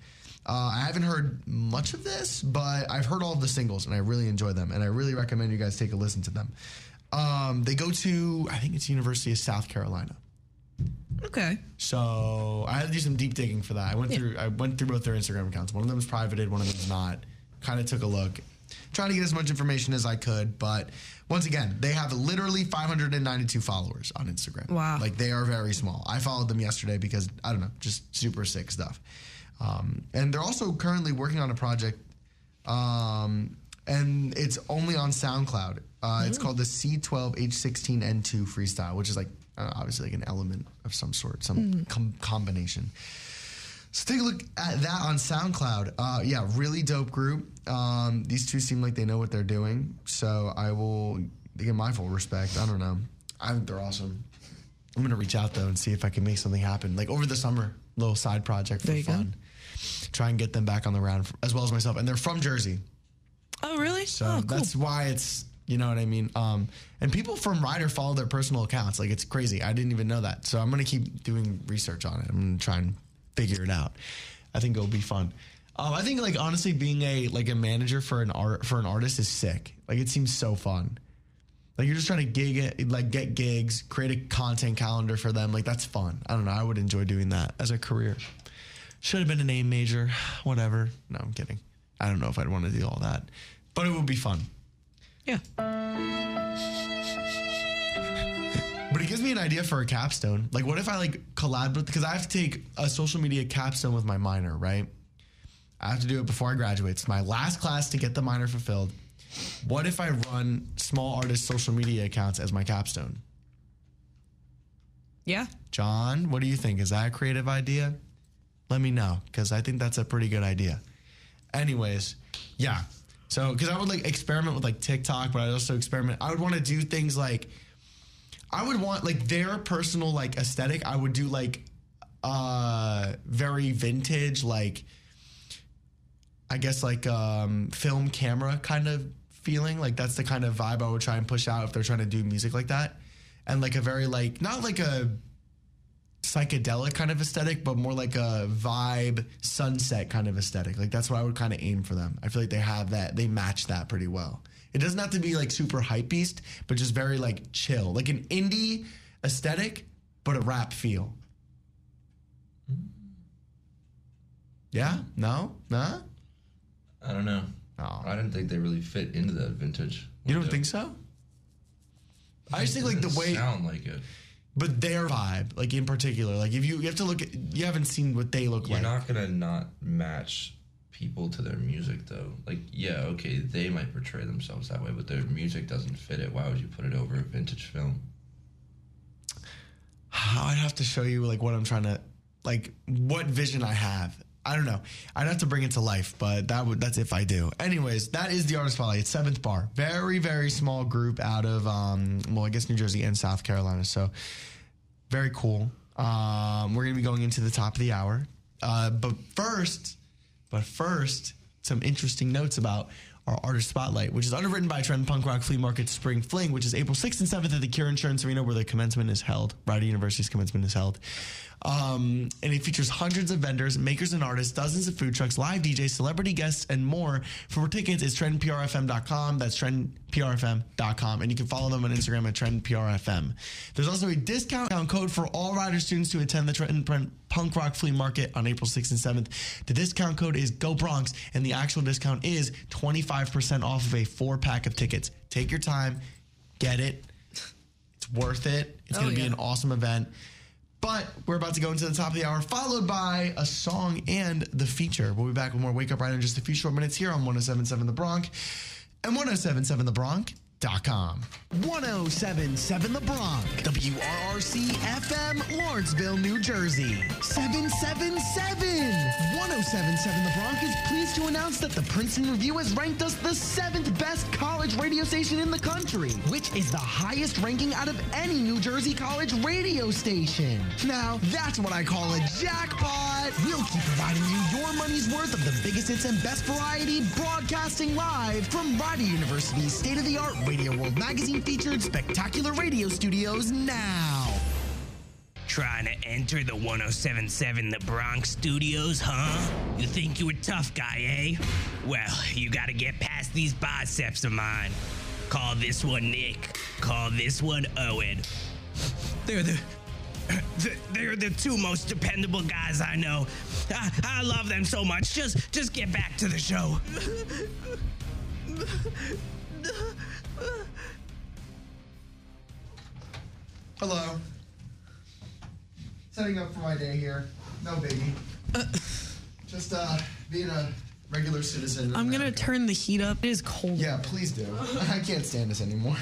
S1: Uh, I haven't heard much of this, but I've heard all of the singles, and I really enjoy them, and I really recommend you guys take a listen to them. Um, they go to, I think it's University of South Carolina.
S4: Okay.
S1: So I had to do some deep digging for that. I went through I went through both their Instagram accounts. One of them is privated, one of them is not. Kind of took a look, trying to get as much information as I could. But once again, they have literally 592 followers on Instagram.
S4: Wow.
S1: Like they are very small. I followed them yesterday because I don't know, just super sick stuff. Um, and they're also currently working on a project, um, and
S4: Hmm.
S1: it's only on SoundCloud. Uh, It's called the C12H16N2 Freestyle, which is like uh, obviously like an element of some sort, some
S4: Hmm.
S1: com- combination. So take a look at that on SoundCloud. Uh, yeah, really dope group. Um, these two seem like they know what they're doing. So I will they give my full respect. I don't know. I think they're awesome. I'm gonna reach out though and see if I can make something happen. Like over the summer, little side project for
S4: There you go.
S1: fun. Try and get them back on the round f- as well as myself. And they're from Jersey.
S4: Oh, really?
S1: So
S4: oh, cool.
S1: that's why it's you know what I mean. Um, and people from Ryder follow their personal accounts. Like it's crazy. I didn't even know that. So I'm gonna keep doing research on it. I'm gonna try and figure it out. I think it'll be fun. Um, I think like honestly, being a like a manager for an art for an artist is sick. Like it seems so fun. Like you're just trying to gig it, like get gigs, create a content calendar for them. Like that's fun. I don't know. I would enjoy doing that as a career. Should have been an A major, whatever. No, I'm kidding. I don't know if I'd want to do all that, but it would be fun.
S4: yeah.
S1: But it gives me an idea for a capstone. Like, what if I like collab with? Because I have to take a social media capstone with my minor, right? I have to do it before I graduate. It's my last class to get the minor fulfilled. What if I run small artist social media accounts as my capstone?
S4: Yeah.
S1: John, what do you think? Is that a creative idea? Let me know because I think that's a pretty good idea. Anyways, yeah. So, because I would like experiment with like TikTok, but I also experiment. I would want to do things like I would want like their personal like aesthetic. I would do like uh very vintage like I guess like um film camera kind of feeling. Like that's the kind of vibe I would try and push out if they're trying to do music like that. And like a very like not like a psychedelic kind of aesthetic, but more like a vibe sunset kind of aesthetic. Like that's what I would kind of aim for them. I feel like they have that. They match that pretty well. It doesn't have to be like super hype beast, but just very like chill, like an indie aesthetic, but a rap feel. Yeah? No? Nah?
S2: I don't know.
S1: Oh.
S2: I didn't think they really fit into that vintage.
S1: You don't think so? I just think like the way
S2: sound like it.
S1: but their vibe, like in particular, like if you you have to look at you haven't seen what they look
S2: You're
S1: like.
S2: not gonna not match people to their music though. Like, yeah, okay, they might portray themselves that way, but their music doesn't fit it. Why would you put it over a vintage film?
S1: I'd have to show you like what I'm trying to like what vision I have. I don't know. I'd have to bring it to life, but that would that's if I do. Anyways, that is the artist spotlight. It's seventh bar. Very, very small group out of um well, I guess New Jersey and South Carolina. So very cool. Um, we're gonna be going into the top of the hour. Uh, but first, but first, some interesting notes about our artist spotlight, which is underwritten by Trend Punk Rock Flea Market Spring Fling, which is April 6th and 7th at the Cure Insurance Arena, where the commencement is held. Rider University's commencement is held. Um, and it features hundreds of vendors, makers and artists, dozens of food trucks, live DJs, celebrity guests, and more. For more tickets, it's trendprfm.com. That's trendprfm.com. And you can follow them on Instagram at trendprfm. There's also a discount code for all Rider students to attend the Trenton Pren- Punk Rock Flea Market on April 6th and 7th. The discount code is Go Bronx, and the actual discount is 25% off of a four pack of tickets. Take your time, get it. It's worth it. It's
S4: Oh,
S1: going to be
S4: yeah.
S1: an awesome event. But we're about to go into the top of the hour, followed by a song and the feature. We'll be back with more Wake Up Right in just a few short minutes here on 1077 The Bronx and 1077TheBronx.com.
S8: 1077 The Bronx, WRRC FM, Lawrenceville, New Jersey. 777! 1077 The Bronx is pleased to announce that the Princeton Review has ranked us the seventh best college radio station in the country, which is the highest ranking out of any New Jersey college radio station. Now, that's what I call a jackpot! We'll keep providing you your money's worth of the biggest hits and best variety broadcasting live from Rider University's state of the art Radio World Magazine featured spectacular radio studios now.
S6: Trying to enter the 1077 The Bronx Studios, huh? You think you a tough guy, eh? Well, you gotta get past these biceps of mine. Call this one Nick. Call this one Owen. They're the. th- They're the two most dependable guys I know. I, I love them so much. Just just get back to the show.
S1: Hello. Setting up for my day here. No baby. Just uh, being a regular citizen. of
S4: I'm going to
S1: America.
S4: turn the heat up. It is cold.
S1: Yeah, please do. I can't stand this anymore.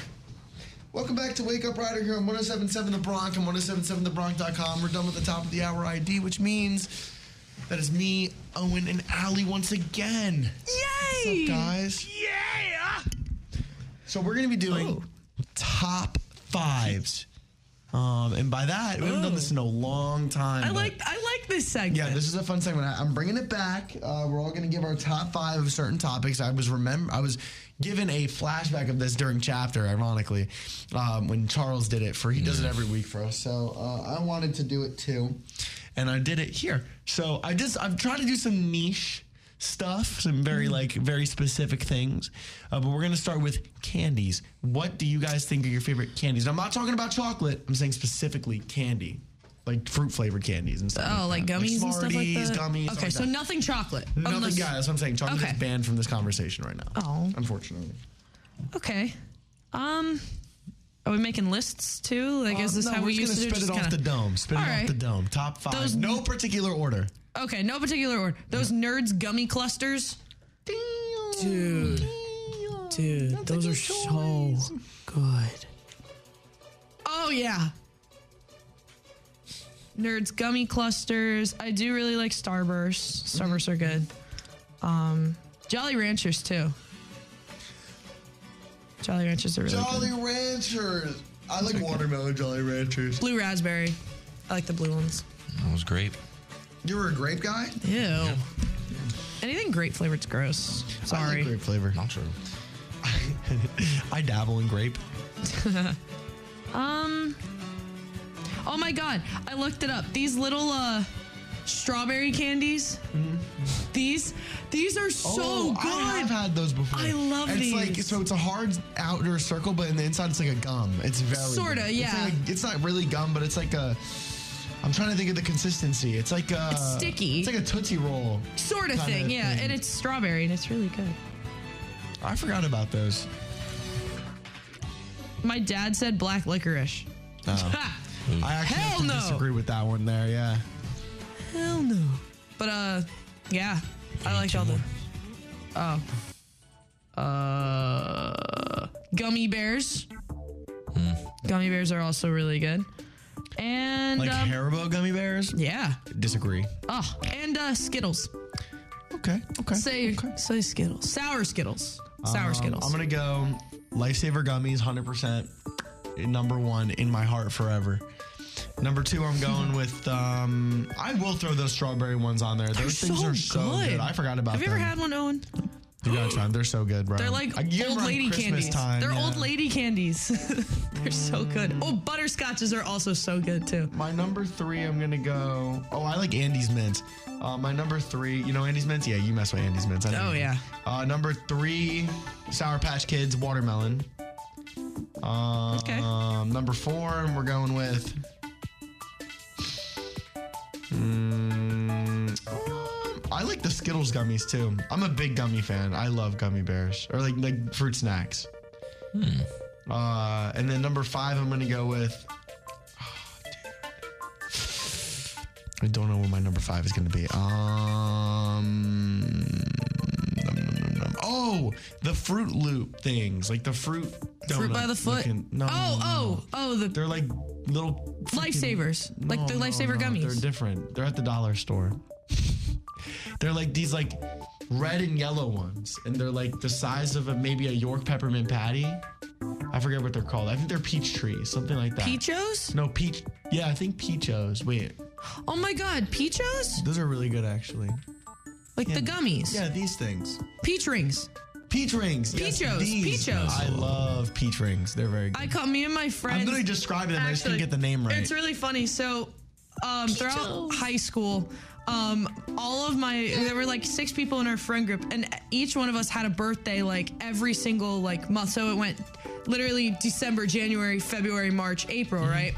S1: Welcome back to Wake Up Rider here on 1077 The Bronx and 1077TheBronx.com. We're done with the top of the hour ID, which means that is me, Owen, and Allie once again. Yay! What's up, guys? Yeah! So we're going to be doing
S4: Oh.
S1: top fives. Um, and by that, we haven't done this in a long time.
S4: I
S1: but-
S4: like I like this segment.
S1: yeah, this is a fun segment. I- I'm bringing it back. Uh, we're all going to give our top five of certain topics. I was remember I was given a flashback of this during chapter, ironically, um, when Charles did it for he does it every week for us. So uh, I wanted to do it too, and I did it here. So I just I'm trying to do some niche stuff, some very like very specific things. Uh, but we're gonna start with candies. What do you guys think are your favorite candies? I'm not talking about chocolate. I'm saying specifically candy. Like fruit flavored candies and stuff.
S4: Oh, like
S1: that.
S4: gummies and stuff like
S1: Smarties,
S4: that.
S1: Gummies,
S4: okay, so
S1: nothing.
S4: nothing chocolate.
S1: Nothing,
S4: unless-
S1: yeah, that's what I'm saying. Chocolate
S4: Okay.
S1: is banned from this conversation right now.
S4: Oh.
S1: Unfortunately.
S4: Okay. Um, are we making lists too? Like, is this
S1: Uh, no,
S4: how
S1: we're
S4: we used
S1: just
S4: to do?
S1: gonna spit
S4: Just
S1: it off
S4: kinda-
S1: the dome. Spit
S4: All
S1: it off
S4: right.
S1: the dome. Top five.
S4: Those-
S1: no particular order.
S4: Okay, no particular order. Those nerds gummy clusters.
S1: Dude.
S4: Dude, those are so good. Oh yeah. Nerds gummy clusters. I do really like Starbursts. Starbursts are good. Um, Jolly Ranchers too. Jolly Ranchers are really
S1: Jolly
S4: good.
S1: Ranchers. I like watermelon Jolly Ranchers.
S4: Blue raspberry. I like the blue ones.
S2: That was great.
S1: You were a grape guy?
S4: Ew. Anything grape flavored's gross.
S1: I like
S4: Sorry.
S1: grape flavor.
S2: Not true.
S1: I dabble in grape.
S4: Um, Oh my god, I looked it up. These little uh strawberry candies. These these are so
S1: Mm-hmm. Oh,
S4: good.
S1: I have had those before.
S4: I love
S1: it's
S4: these.
S1: Like, so it's a hard outer circle, but in the inside it's like a gum. It's very
S4: Sorta,
S1: good.
S4: yeah.
S1: It's, like, it's not really gum, but it's like a. I'm trying to think of the consistency. It's like a
S4: It's sticky.
S1: It's like a tootsie roll.
S4: sort of
S1: kinda
S4: thing, yeah.
S1: thing.
S4: And it's strawberry and it's really good.
S1: I forgot about those.
S4: My dad said black licorice.
S1: Oh.
S4: Ha!
S1: I actually have
S4: Hell
S1: to
S4: no.
S1: disagree with that one there. Yeah.
S4: Hell no. But uh yeah. I liked all the Oh. Uh gummy bears.
S1: Hmm.
S4: Gummy bears are also really good. And
S1: Like
S4: um,
S1: Haribo gummy bears.
S4: yeah.
S1: Disagree.
S4: Oh, and uh Skittles.
S1: Okay. Okay.
S4: Say
S1: okay.
S4: say Skittles. Sour Skittles. Sour
S1: Um,
S4: Skittles.
S1: I'm gonna go lifesaver gummies, hundred percent. Number one in my heart forever. Number two, I'm
S4: Hmm.
S1: going with. Um, I will throw those strawberry ones on there. Those things are so good. I forgot about.
S4: Have you ever
S1: them.
S4: had one, Owen?
S1: You gotta try them. They're so good, bro.
S4: They're like
S1: I can get
S4: old
S1: around
S4: lady
S1: Christmas
S4: candies.
S1: Time,
S4: They're
S1: yeah. Mm.
S4: old lady candies. They're so good. Oh, butterscotches are also so good too.
S1: My number three, I'm gonna go. Oh, I like Andy's Mints. Uh, my number three, you know Andy's Mints? Yeah, you mess with Andy's Mints. I know
S4: Oh,
S1: you.
S4: yeah.
S1: Uh, number three, Sour Patch Kids watermelon. Um,
S4: Okay.
S1: Number four, we're going with. Mm, um, I like the Skittles gummies too. I'm a big gummy fan. I love gummy bears or like like fruit snacks. Uh, and then number five, I'm gonna go with. oh, I don't know what my number five is going to be. Um, nom, nom, nom, nom. oh, the Fruit Loop things, like the fruit.
S4: Fruit
S1: donut
S4: by the foot.
S1: looking- no,
S4: oh,
S1: no, no, no.
S4: oh, oh, the
S1: they're like little freaking-
S4: lifesavers. like the
S1: No, no,
S4: lifesaver
S1: no, They're
S4: gummies.
S1: different. They're at the dollar store. they're like these like red and yellow ones, and they're like the size of a maybe a York peppermint patty. I forget what they're called. I think they're peach trees, something like that.
S4: Peachos?
S1: No peach. Yeah, I think peachos. Wait,
S4: Oh my god, peachos?
S1: those are really good actually.
S4: Like the
S1: Yeah.
S4: gummies.
S1: Yeah, these things.
S4: Peach rings.
S1: Peach rings. Yes,
S4: Peachos,
S1: these.
S4: peachos.
S1: I love peach rings. They're very good.
S4: I caught me and my
S1: I,
S4: friends.
S1: am literally describing them. I just
S4: Actually,
S1: couldn't get the name right.
S4: It's really funny. So, um, throughout high school, um, all of my there were like six people in our friend group, and each one of us had a birthday like every single like month. So it went literally December, January, February, March, April,
S1: Mm-hmm.
S4: right?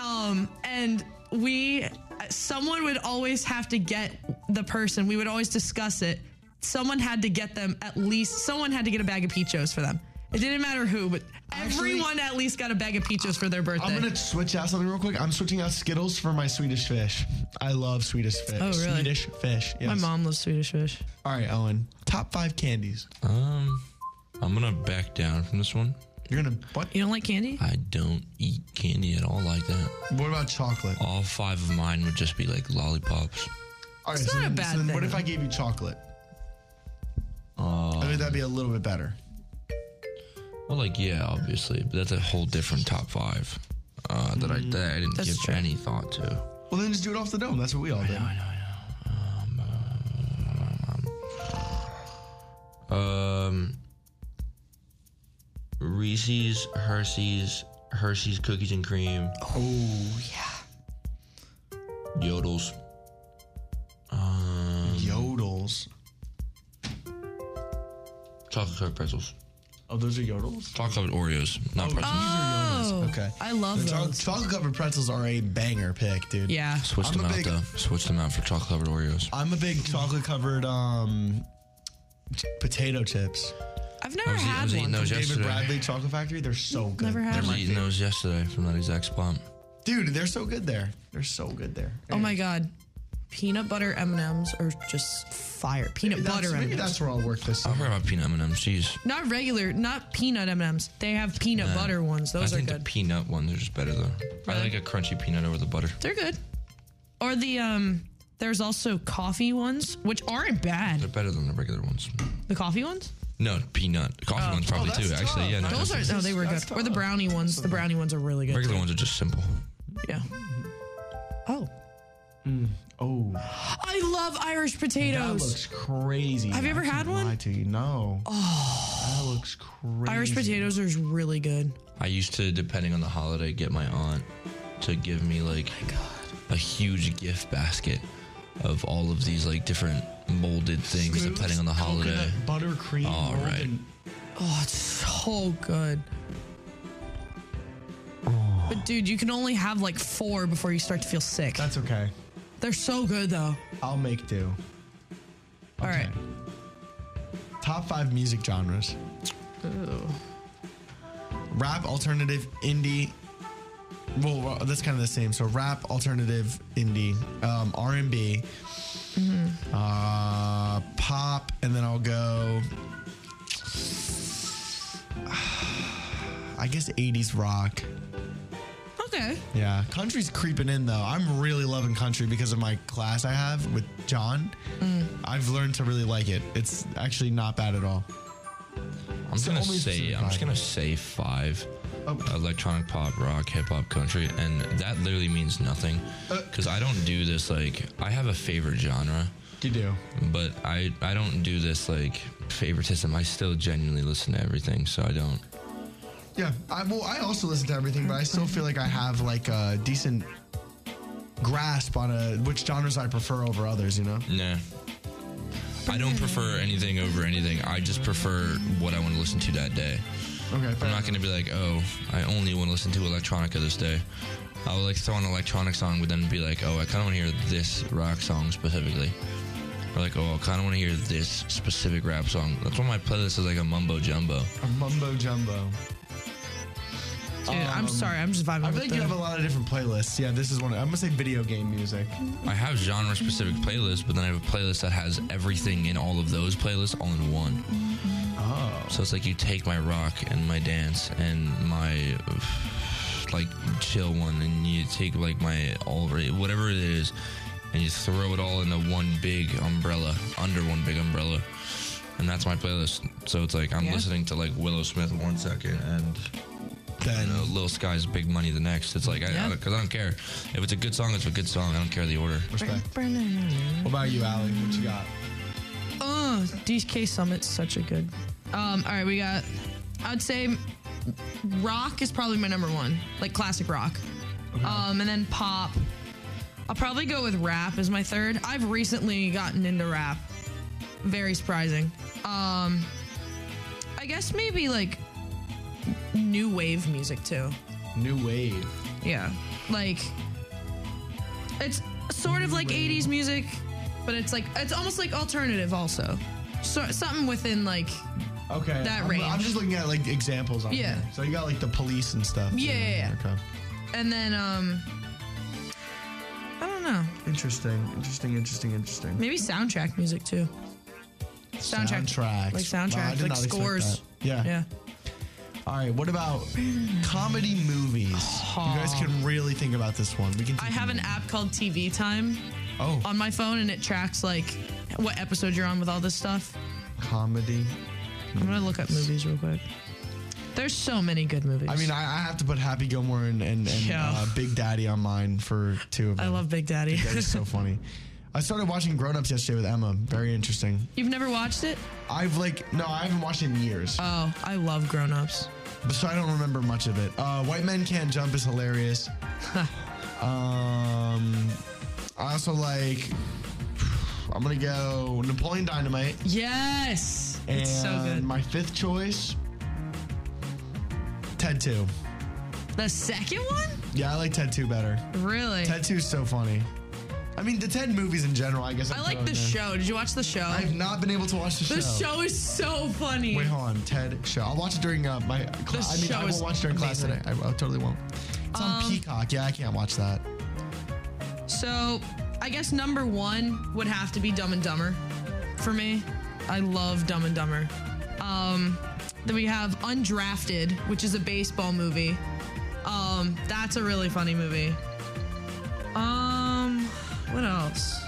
S4: Um, and we, someone would always have to get the person. We would always discuss it. Someone had to get them at least. Someone had to get a bag of peachos for them. It didn't matter who, but
S1: Actually-
S4: everyone at least got a bag of peachos for their birthday.
S1: I'm gonna switch out something real quick. I'm switching out Skittles for my Swedish fish. I love Swedish fish.
S4: Oh, really?
S1: Swedish fish. Yes.
S4: My mom loves Swedish fish.
S1: All right, Owen. Top five candies.
S2: Um, I'm gonna back down from this one.
S1: You're gonna what?
S4: You don't like candy?
S2: I don't eat candy at all like that.
S1: What about chocolate?
S2: All five of mine would just be like lollipops.
S1: All right,
S4: It's
S1: so
S4: not a
S1: then,
S4: bad
S1: so then What
S4: thing.
S1: if I gave you chocolate? I think that'd be a little bit better.
S2: Well, like yeah, obviously, but that's a whole different top five uh, that I that I didn't
S4: That's
S2: give
S4: true.
S2: any thought to.
S1: Well, then just do it off the dome. That's what we all did.
S2: Um, Reese's, Hershey's, Hershey's cookies and cream. Oh yeah. Yodels.
S1: Mm. Yodels.
S2: Chocolate covered pretzels.
S1: Oh, those are yodels.
S2: Chocolate covered Oreos, not pretzels.
S1: uh,
S4: Oh,
S1: Okay.
S4: I love
S1: The cho-
S4: those.
S1: chocolate covered pretzels are a banger pick, dude.
S4: Yeah.
S2: Switch
S1: I'm
S2: them
S1: a
S2: out
S1: big-
S2: though. Switch them out for chocolate covered Oreos.
S1: I'm a big chocolate covered um, ch- potato chips.
S4: I've never
S2: was eat- I
S4: had
S2: was eating
S4: one.
S2: those
S1: David
S2: yesterday.
S1: Bradley Chocolate Factory. They're so good.
S4: Never
S2: I
S4: had
S2: was
S4: one.
S2: eating those yesterday from that exact spot.
S1: Dude, they're so good there. They're so good there.
S4: Oh my god. Peanut butter M&Ms are just fire. Peanut
S1: That's-
S4: butter
S1: maybe
S4: M&Ms.
S1: that's where I'll work this.
S2: I forgot about peanut M&M's. Jeez.
S4: Not regular, not peanut M&Ms. They have peanut butter ones. Those
S2: I
S4: are
S2: think the
S4: good.
S2: peanut ones are just better though. I
S4: Really?
S2: like a crunchy peanut over the butter.
S4: They're good. Or the um there's also coffee ones, which aren't
S2: They're
S4: bad.
S2: better than the regular ones.
S4: The coffee ones?
S2: No, peanut. Coffee
S4: Oh.
S2: ones probably
S1: that's
S2: too.
S1: tough.
S2: Actually, yeah. No,
S4: Those are
S2: definitely.
S4: no, they were good.
S1: That's
S4: Or the
S1: tough.
S4: brownie ones. The brownie ones are really good.
S2: regular
S4: too.
S2: ones are just simple.
S4: Yeah.
S1: Mm-hmm.
S4: Oh.
S1: Oh,
S4: I love Irish
S1: that
S4: potatoes.
S1: looks crazy.
S4: Have you ever
S1: I can't
S4: had one?
S1: Lie to you? No. Oh, that looks crazy.
S4: Irish potatoes are really good.
S2: I used to, depending on the holiday, get my aunt to give me like a huge gift basket of all of these like different molded things, depending on the holiday.
S1: Coconut buttercream.
S2: All
S1: rolled
S2: right.
S1: in-
S4: Oh, it's so good.
S1: Oh.
S4: But dude, you can only have like four before you start to feel sick.
S1: That's okay.
S4: They're so good though.
S1: I'll make do.
S4: All right.
S1: Top five music genres. Rap, alternative, indie. Well, well, that's kind of the same. So rap, alternative, indie, um, R and B,
S4: Mm-hmm.
S1: uh, pop, and then I'll go. I guess 80s rock.
S4: Okay.
S1: Yeah, country's creeping in though. I'm really loving country because of my class I have with John. I've learned to really like it. It's actually not bad at all.
S2: I'm gonna
S1: only
S2: say, I'm just
S1: survival.
S2: gonna say five.
S1: Oh.
S2: Electronic pop, rock, hip hop, country, and that literally means nothing
S1: Uh.
S2: because I don't do this. Like, I have a favorite genre,
S1: You do.
S2: but I I don't do this like favoritism. I still genuinely listen to everything, so I don't.
S1: Yeah. I, well, I also listen to everything, but I still feel like I have like a decent grasp on uh which genres I prefer over others. You know.
S2: Nah. I don't prefer anything over anything. I just prefer what I want to listen to that day.
S1: Okay. fair
S2: I'm not
S1: enough.
S2: going to be like, oh, I only want to listen to electronica this day. I would like throw an electronic song, but then be like, oh, I kind of want to hear this rock song specifically. Or like, oh, I kind of want to hear this specific rap song. That's why my playlist is like a mumbo jumbo.
S1: A mumbo jumbo.
S4: Dude, I'm sorry. I'm just vibing
S1: Um, I
S4: with
S1: feel like you
S4: the-
S1: have a lot of different playlists. Yeah, this is one. I'm gonna say video game music.
S2: I have genre specific playlists, but then I have a playlist that has everything in all of those playlists all in one. Oh. So it's like you take my rock and my dance and my like chill one, and you take like my all whatever it is, and you throw it all into one big umbrella under one big umbrella, and that's my playlist. So it's like I'm
S4: Yeah.
S2: listening to like Willow Smith one second and
S1: Then
S2: you know, Lil Sky's Big Money the next. It's like, I, I,
S4: Yeah.
S2: don't- cause I don't care. If it's a good song, it's a good song. I don't care the order.
S1: respect. What about you, Allie? What you got?
S4: Oh, DK Summit's such a good. Um, all right, we got. I'd say rock is probably my number one, like classic rock. Um, and then pop. I'll probably go with rap as my third. I've recently gotten into rap. Very surprising. Um, I guess maybe like new wave music too.
S1: New wave.
S4: Yeah. Like it's sort of like 80s music, but it's like it's almost like alternative also. So something within like
S1: Okay.
S4: That
S1: I'm, I'm
S4: range.
S1: just looking at like examples on
S4: Yeah.
S1: here. So you got like the police and stuff. too.
S4: Yeah, yeah, yeah.
S1: Okay.
S4: and then um I don't know.
S1: Interesting. Interesting. Interesting. Interesting.
S4: Maybe soundtrack music too. Soundtrack.
S1: Soundtracks.
S4: Like
S1: Wow, I
S4: soundtrack,
S1: did
S4: like
S1: not expect
S4: scores.
S1: that. Yeah.
S4: Yeah.
S1: All right, what about comedy movies? You guys can really think about this one. We can.
S4: I
S1: take
S4: have
S1: a
S4: an
S1: minute.
S4: app called TV Time
S1: Oh,
S4: on my phone, and it tracks like what episode you're on with all this stuff.
S1: comedy.
S4: I'm gonna look up movies real quick. There's so many good movies.
S1: I mean, I, I have to put Happy Gilmore and, and, and
S4: Yeah.
S1: uh, Big Daddy on mine for two of them.
S4: I love Big Daddy.
S1: That is so funny. I started watching Grown Ups yesterday with Emma. Very interesting.
S4: You've never watched it?
S1: I've like no, I haven't watched it in years,
S4: Oh, I love Grown Ups.
S1: but so I don't remember much of it. Uh, White Men Can't Jump is hilarious. um, I also like. I'm gonna go Napoleon Dynamite.
S4: Yes, it's so
S1: And
S4: good.
S1: My fifth choice, Ted Two.
S4: the second one,
S1: Yeah, I like Ted Two better.
S4: really?
S1: Ted Two is so funny. I mean, the Ted movies in general. I guess
S4: I
S1: I'd
S4: like
S1: throw
S4: the
S1: in there.
S4: show. Did you watch the show?
S1: I've not been able to watch the,
S4: the show is so funny.
S1: Wait, hold on, Ted. Show. I'll watch it during uh, my. Cl-
S4: This
S1: I mean,
S4: show
S1: I
S4: is
S1: won't watch during class
S4: amazing. Um,
S1: today. I, I totally won't. It's on Peacock. Yeah, I can't watch that.
S4: So, I guess number one would have to be Dumb and Dumber for me. I love Dumb and Dumber. Um, then we have Undrafted, which is a baseball movie. Um, that's a really funny movie. Um, what else?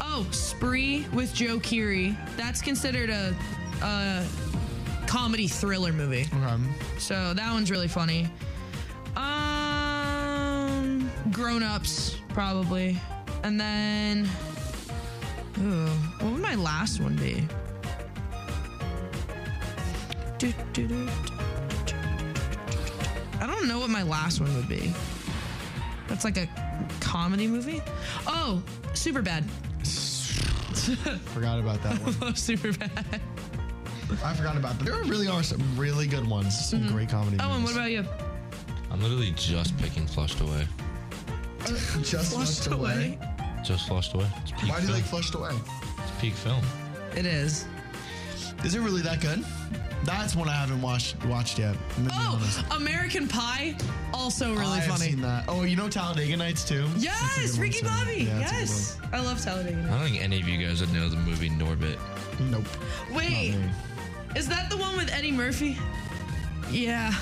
S4: Oh, Spree with Joe Keery. That's considered a, a comedy thriller movie.
S1: Um,
S4: So that one's really funny. Um, grown ups probably, and then, ooh, what would my last one be? Do, do, do, do, do, do. I don't know what my last one would be. That's like a comedy movie. Oh, super bad.
S1: forgot about that one.
S4: Love super bad.
S1: I forgot about that. There really are some really good ones. Some great comedy.
S4: Oh, and what
S1: movies.
S4: about you?
S2: I'm literally just picking Flushed Away.
S1: Just Flushed, away.
S2: Just Flushed Away. It's peak
S1: Why do you
S2: film.
S1: like Flushed Away?
S2: It's peak film.
S4: It is.
S1: Is it really that good? That's one I haven't watched watched yet. I'm gonna be honest.
S4: Oh, American Pie, also really
S1: I have
S4: funny.
S1: seen that. Oh, you know Talladega Nights too. That's a good
S4: Yes,
S1: one,
S4: Ricky
S1: too.
S4: Bobby.
S1: Yeah, that's a good
S4: yes, I love Talladega.
S2: I
S4: Nights.
S2: don't think any of you guys would know the movie Norbit.
S1: one. Nope.
S4: Wait,
S1: Not me.
S4: is that the one with Eddie Murphy? Yeah,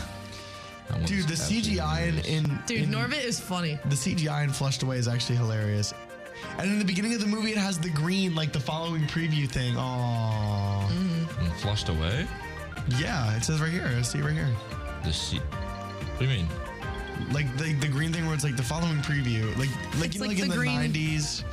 S2: That one's
S1: Dude, the
S2: absolutely
S1: CGI in,
S2: hilarious.
S1: in
S4: dude,
S1: in-
S4: Norbit is funny.
S1: the CGI in Flushed Away is actually hilarious. And in the beginning of the movie, it has the green, like the following preview thing. Aww.
S4: Mm.
S2: And Flushed Away?
S1: Yeah, it says right here. I see it right here.
S2: The C- What do you mean?
S1: Like the, the green thing where it's like the following preview. Like like,
S4: It's
S1: you know,
S4: like
S1: like in
S4: the
S1: the
S4: green-
S1: 90s.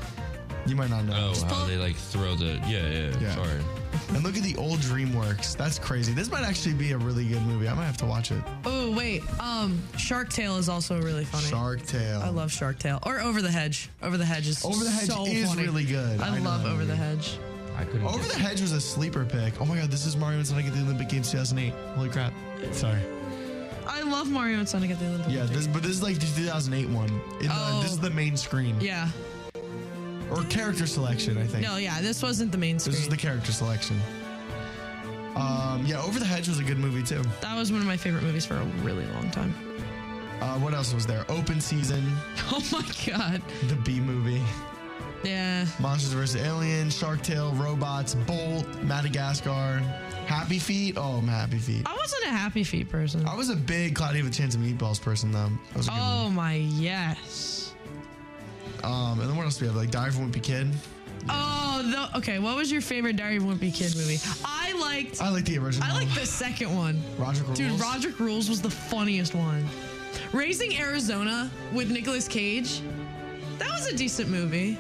S1: You might not know.
S2: Oh, how
S4: pull-
S2: they like throw the. Yeah, yeah,
S1: Yeah.
S2: Sorry.
S1: And look at the old DreamWorks. That's crazy. This might actually be a really good movie. I might have to watch it.
S4: Oh wait, um, Shark Tale is also really funny.
S1: Shark Tale.
S4: I love Shark Tale or Over the Hedge. Over the Hedge is
S1: Over the Hedge
S4: so
S1: is
S4: funny.
S1: really good.
S4: I,
S1: I know
S4: love
S1: that
S4: Over the
S1: movie.
S4: Hedge.
S2: I couldn't.
S1: Over
S2: get-
S1: the Hedge was a sleeper pick. Oh my god, this is Mario and Sonic at the Olympic Games 2008. Holy crap. Sorry.
S4: I love Mario and Sonic at the Olympic.
S1: Yeah, this but this is like the 2008 one. In the,
S4: Oh.
S1: This is the main screen.
S4: Yeah.
S1: Or character selection, I think.
S4: No, yeah, this wasn't the main screen.
S1: This is the character selection. Um, yeah, Over the Hedge was a good movie too.
S4: that was one of my favorite movies for a really long time.
S1: Uh, what else was there? Open Season,
S4: Oh my god.
S1: the B movie,
S4: Yeah.
S1: Monsters vs. Aliens, Shark Tale, Robots, Bolt, Madagascar, Happy Feet. Oh, I'm Happy Feet.
S4: I wasn't a Happy Feet person.
S1: I was a big Cloudy with a Chance of Meatballs person though. That was a good
S4: Oh my yes.
S1: one. Um, and then what else do we have? Like Diary from a Wimpy Kid.
S4: Oh, the, okay. What was your favorite Diary of a Wimpy Kid movie? I liked.
S1: I like the original.
S4: I like the second one.
S1: Roger Rules.
S4: Dude, Roderick Rules was the funniest one. Raising Arizona with Nicolas Cage. That was a decent movie.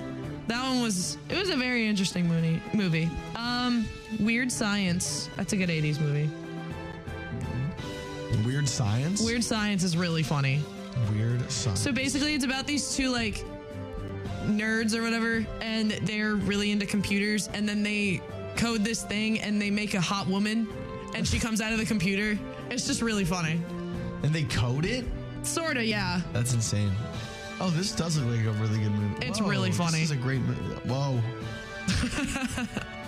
S4: That one was. It was a very interesting movie. Movie. Um, Weird Science. That's a good '80s movie.
S1: Weird Science.
S4: Weird Science is really funny.
S1: Weird Science.
S4: So basically, it's about these two like nerds or whatever, and they're really into computers, and then they code this thing and they make a hot woman, and she comes out of the computer. It's just really funny.
S1: and they code it.
S4: Sorta, yeah.
S1: That's insane. Oh, this does look like a really good movie.
S4: It's really funny.
S1: This is a great movie. Whoa.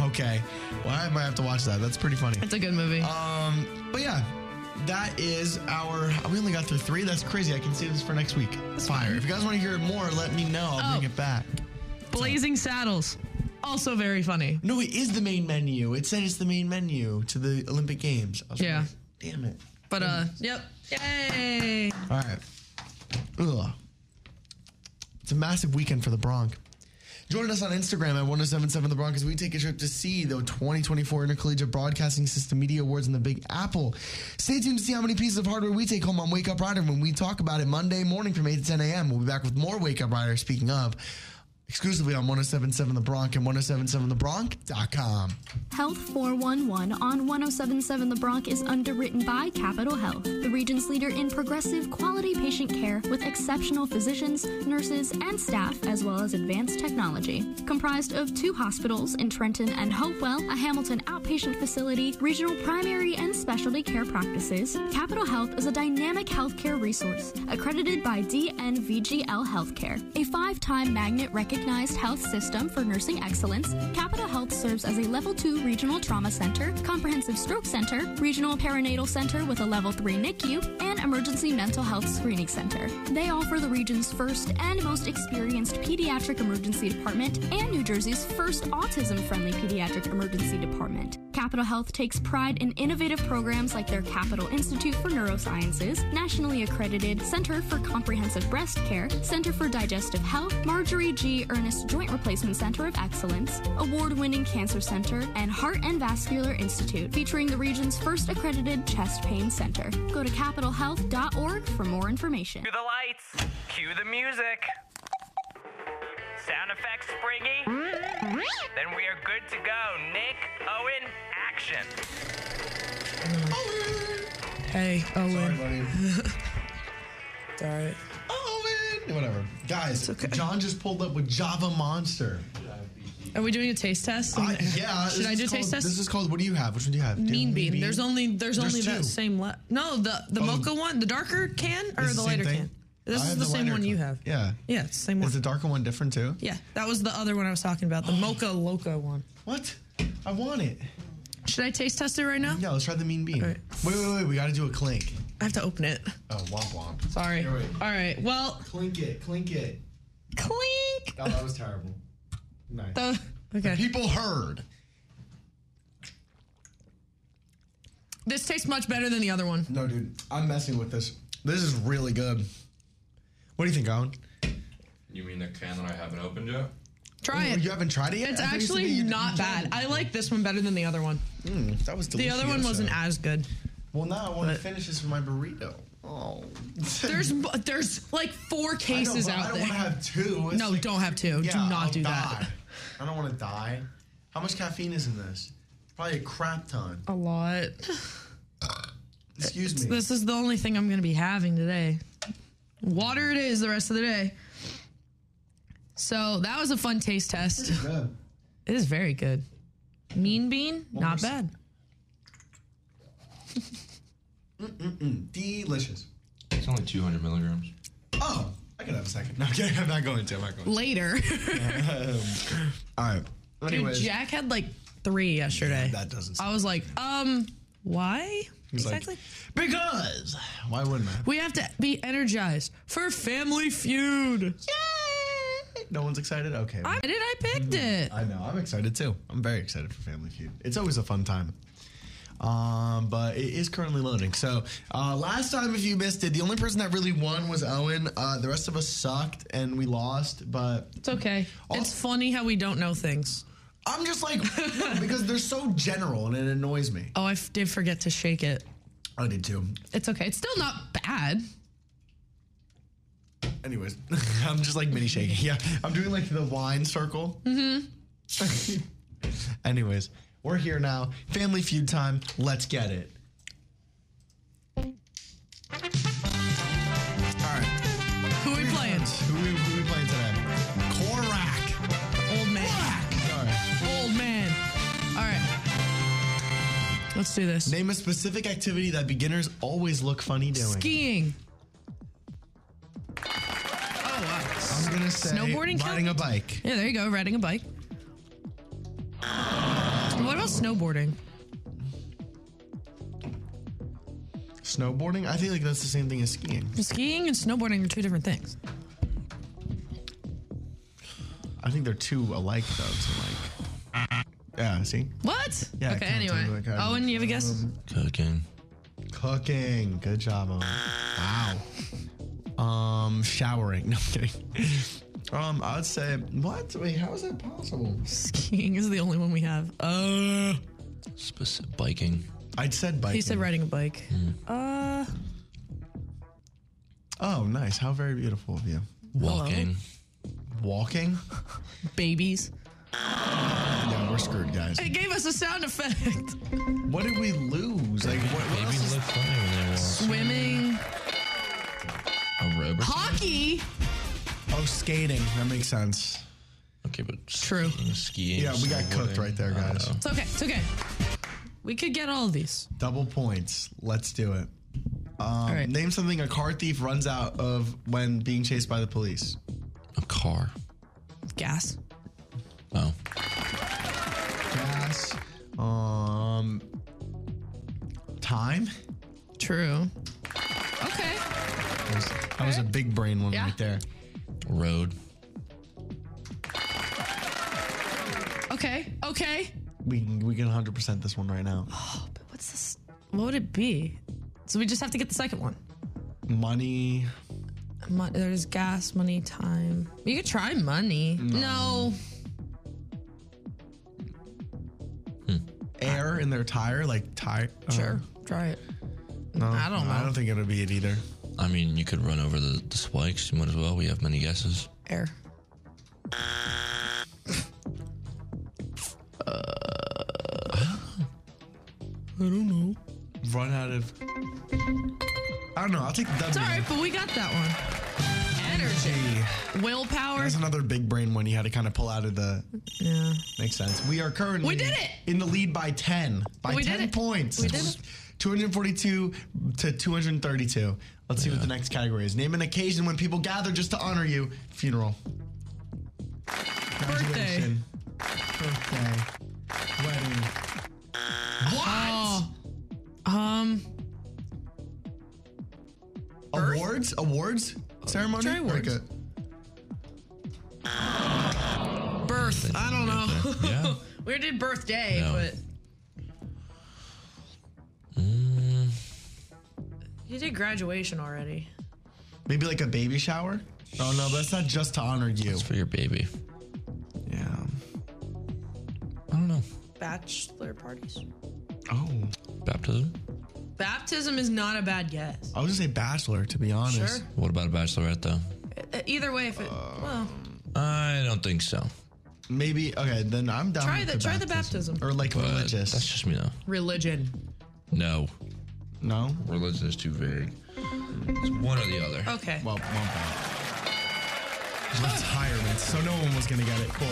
S1: okay. Well, I might have to watch that. That's pretty funny.
S4: It's a good movie.
S1: Um, but yeah, that is our. We only got through three. That's crazy. I can see this for next week. Fire. If you guys want to hear more, let me know. I'll
S4: Oh.
S1: bring it back.
S4: Blazing Saddles. Also very funny.
S1: No, it is the main menu. It said it's the main menu to the Olympic Games. I was
S4: Yeah.
S1: like, Damn it.
S4: But uh, yep. Yay.
S1: All right. Ugh. It's a massive weekend for the Bronx. Join us on Instagram at 1077 The Bronx as we take a trip to see the 2024 Intercollegiate Broadcasting System Media Awards in the Big Apple. Stay tuned to see how many pieces of hardware we take home on Wake Up Rider when we talk about it Monday morning from 8 to 10 a.m. We'll be back with more Wake Up Rider speaking of exclusively on 1077 The Bronx and 1077TheBronx.com.
S9: Health 411 on 1077 The Bronx is underwritten by Capital Health, the region's leader in progressive quality patient care with exceptional physicians, nurses, and staff, as well as advanced technology. Comprised of two hospitals in Trenton and Hopewell, a Hamilton outpatient facility, regional primary and specialty care practices, Capital Health is a dynamic healthcare resource accredited by DNVGL Healthcare, a five time magnet recognized health system for nursing excellence. Capital Health serves as a level 2 regional trauma center, comprehensive stroke center, regional perinatal center with a level 3 NICU, and emergency mental health screening center. They offer the region's first and most experienced pediatric emergency department and New Jersey's first autism friendly pediatric emergency department. Capital Health takes pride in innovative programs like their Capital Institute for Neurosciences, nationally accredited Center for Comprehensive Breast Care, Center for Digestive Health, Marjorie G. Ernest Joint Replacement Center of Excellence, award winning Cancer Center, and Heart and Vascular Institute, featuring the region's first accredited chest pain center. Go to capitalhealth.org for more information.
S3: Cue the lights. Cue the music. Sound effects springy. Then we are good to go. Nick, Owen, action.
S4: Hey, Owen.
S1: buddy.
S4: It's all right.
S1: Oh, man. Whatever. Guys, John just pulled up with Java Monster.
S4: Are we doing a taste test?
S1: I, Uh, yeah.
S4: Should
S1: this
S4: I
S1: is
S4: do
S1: called,
S4: taste test?
S1: This is called. What do you have? Which one do you have? Do you
S4: mean
S1: have
S4: bean. There's only there's, only
S1: two.
S4: that same le- no the the
S1: Oh.
S4: mocha one the darker can or
S1: It's
S4: the
S1: the same
S4: lighter
S1: thing?
S4: can. This
S1: I
S4: is
S1: have
S4: the,
S1: the
S4: same
S1: lighter
S4: one you
S1: can.
S4: have.
S1: Yeah.
S4: yeah, it's the same one.
S1: Is Oh. the darker one different too?
S4: yeah, that was the other one I was talking about the mocha loco one.
S1: What? I want it.
S4: Should I taste test it right now?
S1: Yeah, let's try the mean bean.
S4: All right.
S1: Wait, wait, wait. We got to do a clink.
S4: I have to open it.
S1: Oh, womp womp.
S4: Sorry.
S1: Here we-
S4: All right. Well,
S1: Clink it. Clink it.
S4: clink.
S1: Oh, that was terrible. Nice.
S4: The, okay.
S1: People heard.
S4: This tastes much better than the other one.
S1: No, dude. I'm messing with this. This is really good. What do you think, Owen?
S2: You mean the can that I haven't opened yet?
S4: Try it.
S1: Oh, You haven't tried it yet?
S4: It's
S1: I thought you said that
S4: actually
S1: you-
S4: not bad. I like this one better than the other one.
S1: That was
S4: The
S1: delicious.
S4: other one wasn't as good.
S1: Well, now I want
S4: but-
S1: to finish this with my burrito. Oh.
S4: There's there's like four
S1: I know,
S4: cases
S1: but
S4: out
S1: I don't
S4: there.
S1: want to have two. It's
S4: No,
S1: like-
S4: don't have two. do not
S1: I'll
S4: do
S1: die.
S4: that.
S1: I don't want to die. How much caffeine is in this? Probably a crap ton.
S4: A lot.
S1: Excuse me.
S4: This is the only thing I'm going to be having today. Water it is the rest of the day. So that was a fun taste test.
S1: Good.
S4: It is very good. Mean bean, not
S1: more
S4: bad.
S1: Delicious.
S2: It's only 200 milligrams.
S1: Oh, I could have a second. No, I'm kidding. I'm not going to. I'm not going
S4: Later,
S1: All right.
S4: dude,
S1: Anyways,
S4: Jack had like three yesterday.
S1: that doesn't.
S4: I
S1: Sound
S4: was like, um, why
S1: He's like-
S4: exactly?
S1: because why wouldn't I?
S4: we have to be energized for Family Feud.
S1: No one's excited. Okay.
S4: I did. I picked it.
S1: I know. I'm excited too. I'm very excited for Family Feud. It's always a fun time. Um, but it is currently loading. So uh, last time, if you missed it, the only person that really won was Owen. Uh, the rest of us sucked and we lost. But
S4: It's okay. It's funny how we don't know things.
S1: I'm just like no, because they're so general and it annoys me.
S4: Oh, I f- did forget to shake it.
S1: I did too.
S4: It's okay. It's still not bad.
S1: Anyways, I'm just like mini shaking. Yeah, I'm doing like the wine circle. Mm-hmm. Anyways, we're here now. Family feud time. Let's get it. All right.
S4: Who are we playing?
S1: Who we, who we playing today? Korak.
S4: Old man.
S1: All right.
S4: Old man. All right. Let's do this.
S1: Name a specific activity that beginners always look funny doing.
S4: Skiing. Oh,
S1: I'm gonna say
S4: Snowboarding
S1: riding a bike.
S4: Yeah, there you go. Riding a bike. What about snowboarding?
S1: Snowboarding. I think like that's the same thing as skiing.
S4: Skiing and snowboarding are two different things.
S1: I think they're two alike though. So like, yeah. See,
S4: What?
S1: Yeah,
S4: okay,
S1: I can't
S4: anyway.
S1: totally- I can't-
S4: Owen, you have a guess?
S1: Um,
S2: Cooking.
S1: cooking. Good job, Owen. Wow. Um, showering. No I'm kidding. Um, I'd say what? Wait, how is that possible?
S4: Skiing is the only one we have. Uh,
S2: Specific biking.
S1: I'd said biking.
S4: he said riding a bike.
S1: Mm.
S4: Uh,
S1: Oh, nice. How very beautiful of you.
S2: Walking.
S1: Walking?
S4: babies.
S1: Yeah, we're screwed, guys.
S4: It gave us a sound effect.
S1: What did we lose? Like, what, what else
S2: Babies
S1: is-
S2: look funny when they walk.
S4: Swimming.
S2: A robe or
S4: Hockey.
S1: Oh, skating. That makes sense.
S2: Okay, but
S4: True.
S2: skiing, skiing, Uh,
S1: Yeah, we got cooked
S2: snowboarding,
S1: right there,
S2: I don't
S1: guys.
S2: know.
S4: It's okay. It's okay. We could get all of these.
S1: Double points. Let's do it. Um,
S4: right.
S1: Name something a car thief runs out of when being chased by the police.
S2: A car.
S4: Gas.
S2: Oh,
S1: Gas. Um. Time.
S4: True. Okay.
S1: That was, that was a big brain one
S4: Yeah.
S1: right there.
S2: road.
S4: Okay. Okay.
S1: We can- we can 100 percent this one right now.
S4: But what's this? What would it be? So we just have to get the second one.
S1: Money.
S4: Mon- there's gas, money, time. You could try money. No.
S1: Air in their tire, like tire. uh,
S4: Sure. Try it.
S1: no,
S4: I don't
S1: I
S4: know.
S1: don't think it'll be it either.
S2: I mean, you could run over the, the spikes. You might as well. We have many guesses.
S4: Air.
S1: Run out of. I don't know. I'll take the W.
S4: It's all right, but we got that one. Energy.
S1: Hey,
S4: Willpower.
S1: That's another big brain one you had to kind of pull out of the.
S4: Yeah.
S1: Makes sense. We are currently
S4: We did it!
S1: in the lead by 10. By
S4: We did
S1: 10
S4: it.
S1: points.
S4: We did it.
S1: 242 to 232. Let's see what the next category is. Name an occasion when people gather just to honor you. Funeral. Graduation. Birthday. Wedding. Ah.
S4: Oh. Um.
S1: Awards? Awards? Ceremony?
S4: try
S1: Like
S4: awards.
S1: a-
S4: Birth. I don't know.
S2: Okay. Yeah.
S4: We did birthday,
S2: No.
S4: but.
S1: Mm.
S4: You did graduation already.
S1: maybe like a baby shower? Oh no, that's not just to honor you.
S2: It's for your baby.
S1: Yeah.
S2: I don't know.
S4: Bachelor parties.
S1: Oh.
S2: Baptism?
S4: Baptism is not a bad guess.
S1: I was gonna say bachelor, to be honest.
S4: Sure.
S2: What about a bachelorette, though?
S4: Uh, Either way, if it. well,
S2: I don't think so.
S1: Maybe okay. Then I'm down.
S4: Try
S1: with
S4: the- try the baptism.
S1: or like
S2: But
S1: religious.
S2: That's just me, though.
S4: religion.
S2: No.
S1: no.
S2: Religion is too vague. It's one or the other.
S4: Okay.
S1: Well, one point. Retirement. So no one was gonna get it. Cool.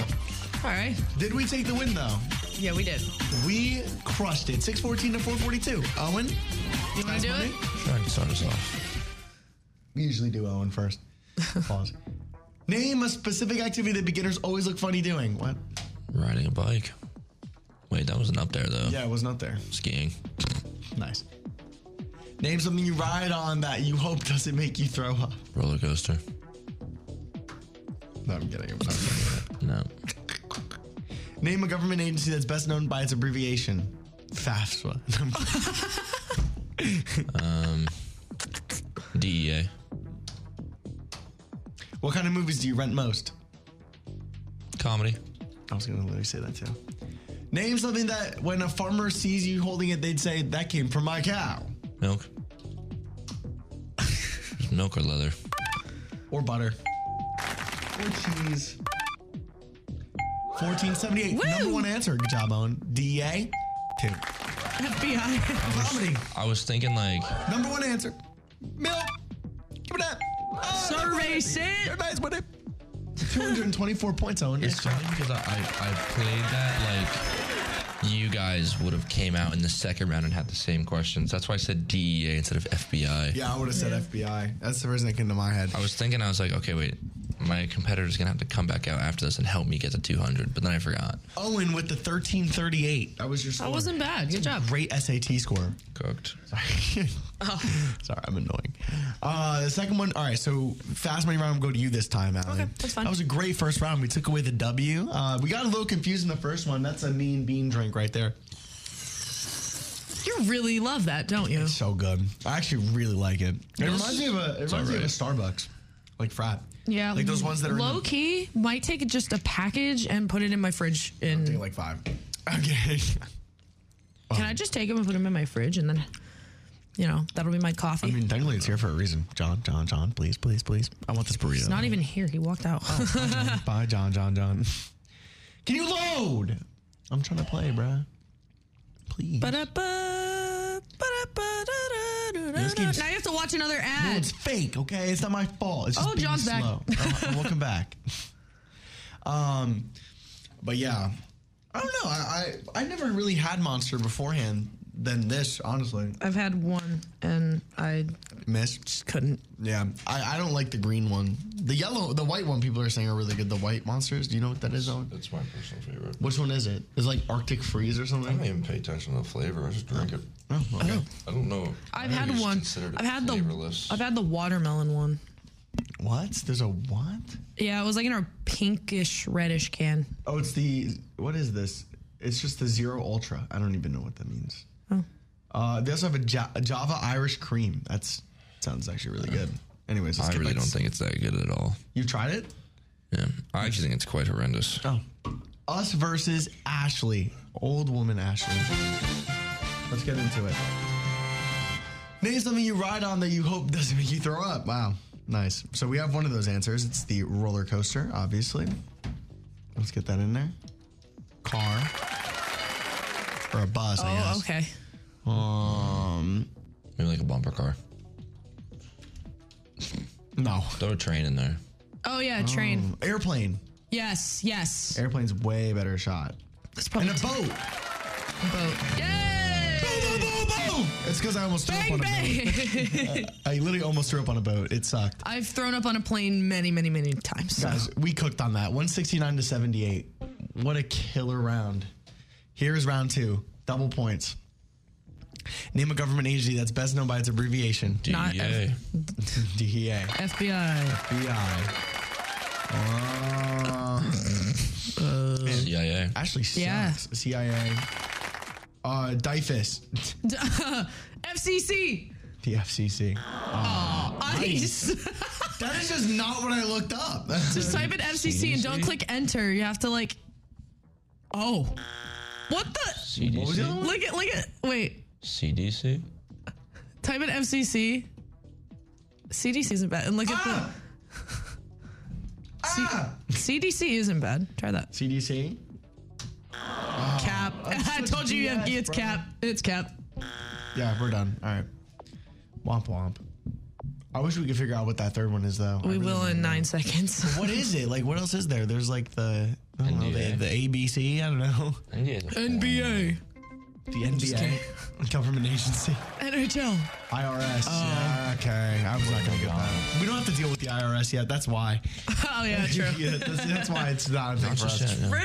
S4: All right.
S1: Did we take the win though?
S4: Yeah, we did.
S1: We crushed it. Six fourteen to four forty two. Owen,
S4: You want to do it?
S2: Try and start us off.
S1: we usually do Owen first. Pause. Name a specific activity that beginners always look funny doing. What?
S2: Riding a bike. Wait, that wasn't up there, though.
S1: Yeah, it was not there.
S2: Skiing.
S1: Nice. Name something you ride on that you hope doesn't make you throw up.
S2: Roller coaster.
S1: No, I'm kidding. I'm not kidding.
S2: No.
S1: Name a government agency that's best known by its abbreviation. FAFSA.
S2: DEA.
S1: what kind of movies do you rent most?
S2: Comedy.
S1: I was going to literally say that too. Name something that when a farmer sees you holding it, they'd say, that came from my cow.
S2: Milk. Is milk or leather?
S1: Or butter. Or cheese. 1478. Number one answer. Good job, Owen. DEA? Two.
S4: FBI.
S1: Comedy.
S2: I was thinking, like,
S1: Number one answer. Milk. Give it up. Oh,
S4: Survey
S1: you're
S4: said.
S1: nice, buddy. 224 points, Owen.
S2: It's funny because I, I, I played that like you guys would have came out in the second round and had the same questions. That's why I said DEA instead of FBI.
S1: Yeah, I would have said FBI. That's the reason it came to my head.
S2: I was thinking I was like, okay, wait, my competitor's gonna have to come back out after this and help me get to 200. But then I forgot.
S1: Owen with the 1338. That was your score.
S4: That wasn't bad. Good job.
S1: Great SAT score.
S2: Cooked.
S1: Sorry.
S4: Oh.
S1: Sorry, I'm annoying. Uh, the second one. All right, so fast money round will go to you this time, Alan.
S4: Okay, that's fine.
S1: That was a great first round. We took away the W. Uh, we got a little confused in the first one. That's a mean bean drink right there.
S4: You really love that, don't you?
S1: So good. I actually really like it. It reminds me of a. It reminds me of
S2: alright.
S1: a Starbucks, like frat.
S4: Yeah.
S1: like those ones that are in
S4: low
S1: the-
S4: key. Might take just a package and put it in my fridge. And
S1: Take like five. Okay.
S4: can I just take them and put them in my fridge and then, you know, that'll be my coffee.
S1: I mean, technically, it's here for a reason. John, John, John, please, please, please. I want this burrito.
S4: He's not even here. He walked out.
S1: oh, Bye, John, John, John. Can you load? I'm trying to play, bruh. Please.
S4: uh, Ba-da-ba, ba-da-ba-da-da-da-da-da.
S1: This game's-
S4: Now you have to watch another
S1: No,
S4: ad.
S1: it's fake, okay? It's not my fault. It's just
S4: Oh,
S1: being
S4: John's back.
S1: slow. Oh, welcome back. Um, but yeah, I don't know. I, I I never really had monster beforehand than this, honestly.
S4: I've had one and I
S1: Miss.
S4: couldn't.
S1: Yeah, I, I don't like the green one. The yellow, the white one. People are saying are really good. The white monsters. Do you know what that is? Owen?
S2: That's my personal favorite.
S1: Which one is it? Is it like Arctic Freeze or something?
S2: even pay attention to the flavor. I just drink it.
S1: Oh, okay.
S2: I don't know.
S4: I've had one. I've had the I've had the watermelon one.
S1: What? There's a what?
S4: Yeah, it was like in a pinkish reddish can.
S1: Oh, it's the what is this? It's just the Zero Ultra. I don't even know what that means. Oh. Uh, they also have a, ja- a Java Irish cream. That's sounds actually really good. Anyways, let's
S2: I
S1: get
S2: really
S1: back
S2: don't
S1: to-
S2: think it's that good at all.
S1: you've tried it.
S2: Yeah, I actually think it's quite horrendous.
S1: Oh. Us versus Ashley, old woman Ashley. Let's get into it. Name something you ride on that you hope doesn't make you throw up. Wow, nice. So we have one of those answers. It's the roller coaster, obviously. Let's get that in there. Car or a bus, I
S4: Oh,
S1: guess.
S4: okay.
S1: Um,
S2: Maybe like a bumper car.
S1: no.
S2: Throw a train in there.
S4: Oh yeah, train.
S1: Airplane.
S4: Yes, yes.
S1: Airplane's way better shot.
S4: That's probably
S1: And a boat.
S4: boat. Yay!
S1: Boom, boom, boom. It's because I almost threw up
S4: Bang
S1: on a boat.
S4: bang.
S1: I literally almost threw up on a boat. It sucked.
S4: I've thrown up on a plane many, many, many times.
S1: Guys, we cooked on that. 169 to 78. What a killer round. Here's round two. Double points. Name a government agency that's best known by its abbreviation. E
S4: Not
S2: DEA.
S1: DEA.
S4: FBI.
S1: BI.
S2: CIA.
S1: Uh, Ashley sucks.
S4: Yeah.
S1: CIA. Uh, DIFUS.
S4: FCC.
S1: The FCC.
S4: ICE.
S1: That is just not what I looked up.
S4: Just type in FCC and don't click enter. You have to like. Oh. What the?
S2: CDC.
S4: Look at look at. Wait.
S2: CDC.
S4: Type in FCC. CDC isn't bad. And look at
S1: Ah! Ah!
S4: the CDC isn't bad. Try that.
S1: CDC.
S4: Cap. I
S1: Ah, such
S4: told you you have
S1: BS,
S4: it's
S1: bro.
S4: cap. It's cap.
S1: Yeah, we're done. All right. Womp womp. I wish we could figure out what that third one is, though. I
S4: We
S1: really
S4: will
S1: wanna
S4: in
S1: know.
S4: nine seconds.
S1: What is it? Like, what else is there? There's like the, I don't know, the,
S2: NBA.
S1: the ABC. I don't know.
S4: NBA.
S1: The NBA. Government agency. Uh,
S4: NHL.
S1: IRS. yeah, okay. I was not going to get that. We don't have to deal with the IRS yet. That's why.
S4: Oh yeah, true.
S1: Yeah, that's, that's why it's not a thing for us.
S4: True.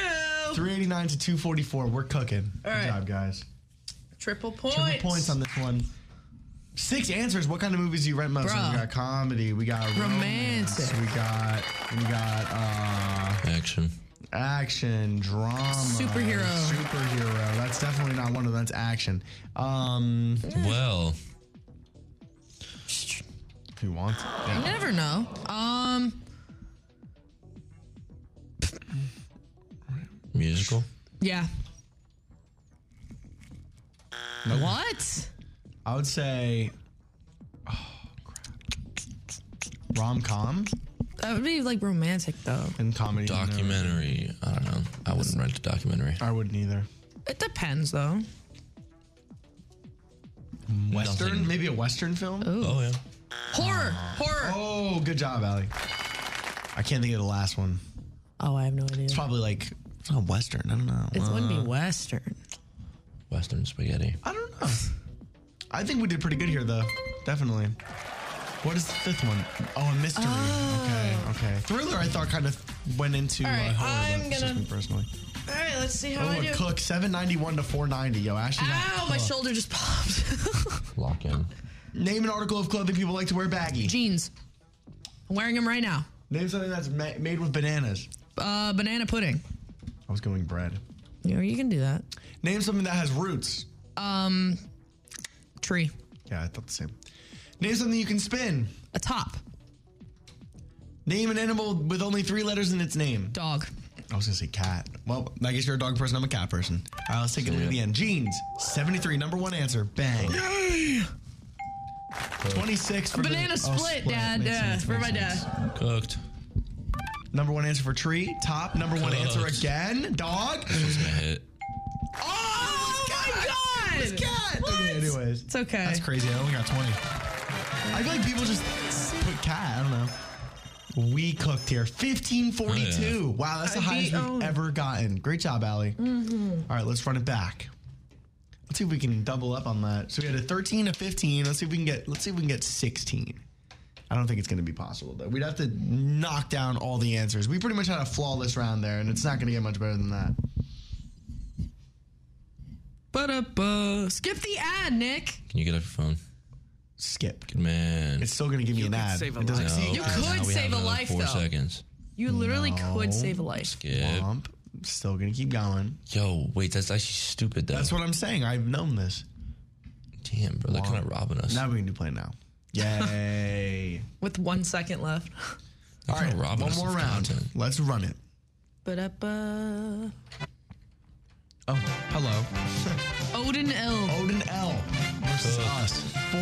S1: 389 to 244. We're cooking. Good
S4: right.
S1: job, guys.
S4: Triple points.
S1: Triple points on this one. Six answers. What kind of movies do you rent most?
S4: Bruh.
S1: We got comedy. We got romance.
S4: Romantic.
S1: We got we got uh,
S2: Action.
S1: action, drama,
S4: Superhero.
S1: superhero. That's definitely not one of them. That's action. Um,
S2: Well,
S1: who wants?
S4: You
S1: Yeah.
S4: never know. Um.
S2: musical.
S4: Yeah. What?
S1: I would say oh, rom com
S4: That would be like romantic though.
S1: and comedy. No,
S2: Documentary. I don't know. I wouldn't rent a documentary.
S4: Oh.
S1: I wouldn't either.
S4: It depends though.
S1: Western,
S2: Nothing.
S1: maybe a western film.
S2: Oh yeah.
S4: Horror. Horror.
S1: Oh, good job, Allie. I can't think of the last one.
S4: Oh, I have no idea.
S1: It's probably like it's not western. I don't know.
S4: It wouldn't be Western.
S2: Western spaghetti.
S1: I don't know. I think we did pretty good here, though. Definitely. What is the fifth one? Oh, a mystery. Okay, okay. Thriller, I thought, kind of went into
S4: All right,
S1: uh, horror.
S4: I'm
S1: but it's just
S4: gonna-
S1: me personally.
S4: All right, let's see how
S1: Oh,
S4: I
S1: a
S4: do.
S1: cook, seven ninety one to four ninety. Yo, Ashley. got
S4: Ow, my
S1: cooked.
S4: shoulder just popped.
S2: Lock in.
S1: Name an article of clothing people like to wear baggy.
S4: Jeans. I'm wearing them right now.
S1: Name something that's ma- made with bananas.
S4: Uh, banana pudding.
S1: I was going bread.
S4: You know, you can do that.
S1: Name something that has roots.
S4: Um, tree.
S1: Yeah, I thought the same. Name something you can spin.
S4: A top.
S1: Name an animal with only three letters in its name.
S4: Dog.
S1: I was gonna say cat. Well, I guess you're a dog person. I'm a cat person. All right, let's take a look at the end. Jeans, 73, number one answer. Bang. 26 for
S4: Banana
S1: the, oh,
S4: split, Dad.
S1: Makes
S4: yeah,
S1: sense,
S4: for
S1: makes
S4: my
S1: sense.
S4: dad.
S2: Cooked.
S1: Number one answer for tree. Top number one answer
S2: Cooked.
S1: again. Dog.
S2: It's gonna hit.
S4: Oh my
S1: It's
S4: god!
S1: cat. Okay, anyways,
S4: It's okay.
S1: that's crazy. I only got twenty. I feel like people just put cat. I don't know. We cooked here. 1542.
S2: Oh,
S1: Wow, that's the
S4: I
S1: highest
S4: beat
S1: we've
S4: Owen.
S1: ever gotten. Great job, Allie. All right, let's run it back. Let's see if we can double up on that. So we had a 13, a 15. Let's see if we can get let's see if we can get 16. I don't think it's gonna be possible though. We'd have to knock down all the answers. We pretty much had a flawless round there, and it's not gonna get much better than that.
S4: Ba-da-ba. Skip the ad, Nick.
S2: Can you get off your phone?
S1: Skip.
S2: Good man.
S1: It's still gonna give me an ad.
S10: save a
S1: it doesn't
S10: life.
S1: see
S4: You
S2: because
S4: could
S2: now we
S4: save
S2: have
S4: a
S2: another
S4: life,
S2: four
S4: though.
S2: seconds.
S4: You literally could save a life.
S2: Skip.
S1: Bump. Still gonna keep going.
S2: Yo, wait, that's actually stupid though.
S1: That's what I'm saying. I've known this.
S2: Damn, bro, they're kind of robbing us.
S1: Now we can do play now. Yay!
S4: With one second left.
S2: They're
S1: All
S2: kinda
S1: right,
S2: robbing
S1: one
S2: us
S1: more
S2: of
S1: round.
S2: content.
S1: Let's run it.
S4: Ba-da-ba.
S1: Oh, hello,
S4: Odin L.
S1: Odin L versus us. Four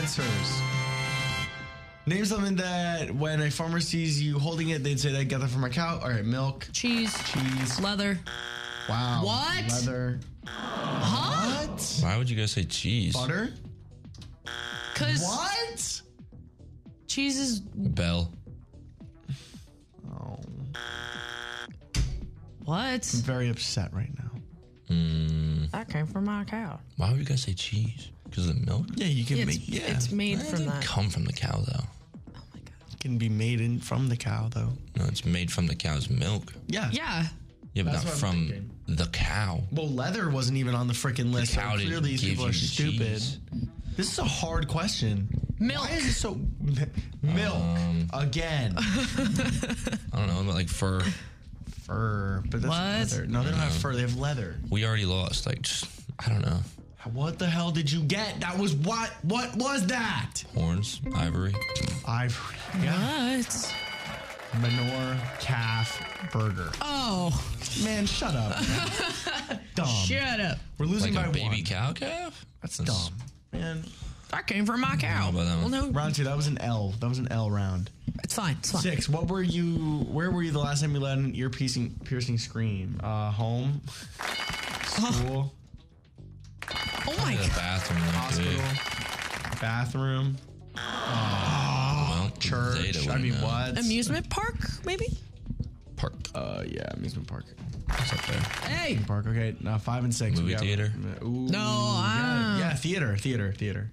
S1: answers. Name something that when a farmer sees you holding it, they'd say, "I got that from my cow." All right, milk,
S4: Cheese.
S1: cheese.
S4: Leather.
S1: Wow.
S4: What?
S1: Leather.
S4: Huh?
S1: What?
S2: Why would you guys say cheese?
S1: Butter.
S4: Because
S1: What?
S4: cheese is.
S2: Bell.
S1: Oh,
S4: What?
S1: I'm very upset right now.
S4: That came from my cow.
S2: Why would you guys say cheese? Because of the milk?
S1: Yeah, you can
S4: It's,
S1: make. Yeah,
S4: it's made
S2: It
S4: from
S2: didn't
S4: that.
S2: come from the cow though.
S1: can be made in from the cow though.
S2: No, it's made from the cow's milk.
S1: Yeah.
S4: Yeah.
S2: Yeah, but not
S1: That's what I'm
S2: from
S1: thinking.
S2: the cow.
S1: Well, leather wasn't even on the freaking list. so
S2: cow didn't
S1: clearly, these
S2: give
S1: people
S2: you
S1: are
S2: the
S1: stupid.
S2: cheese.
S1: This is a hard question.
S4: Milk.
S1: Why is it so mi- milk again?
S2: I don't know, about like fur.
S1: fur, but that's
S4: What?
S1: leather. No, they don't have fur. They have leather.
S2: We already lost. Like, just, I don't know.
S1: What the hell did you get? That was what? What was that?
S2: Horns, ivory.
S1: Ivory, yeah,
S4: What?
S1: manure, calf, burger.
S4: Oh,
S1: Man, shut up. man. dumb.
S4: shut up.
S1: We're losing
S2: Like
S1: by
S2: a baby
S1: one.
S2: cow calf?
S1: That's dumb, man.
S4: That came from my cow.
S2: about that
S4: Well,
S2: one.
S4: no,
S1: Round two. That was an L. That was an L round.
S4: it's fine. It's fine.
S1: Six. What were you? Where were you the last time you let an ear piercing piercing scream? Uh, home, school,
S4: Oh my
S2: Yeah, the
S4: god.
S2: bathroom. looked
S1: hospital,
S2: good.
S1: bathroom,
S2: Well, Zeta
S1: church. I
S2: would've
S1: mean,
S2: known.
S1: what?
S4: Amusement park, maybe?
S2: Park.
S1: Uh, yeah, amusement park.
S2: It's up there.
S4: Hey.
S1: Park. Okay, now five and six.
S2: Movie
S1: We have-
S2: theater?
S1: Ooh,
S4: No,
S1: yeah,
S4: ah.
S1: yeah, theater, theater, theater.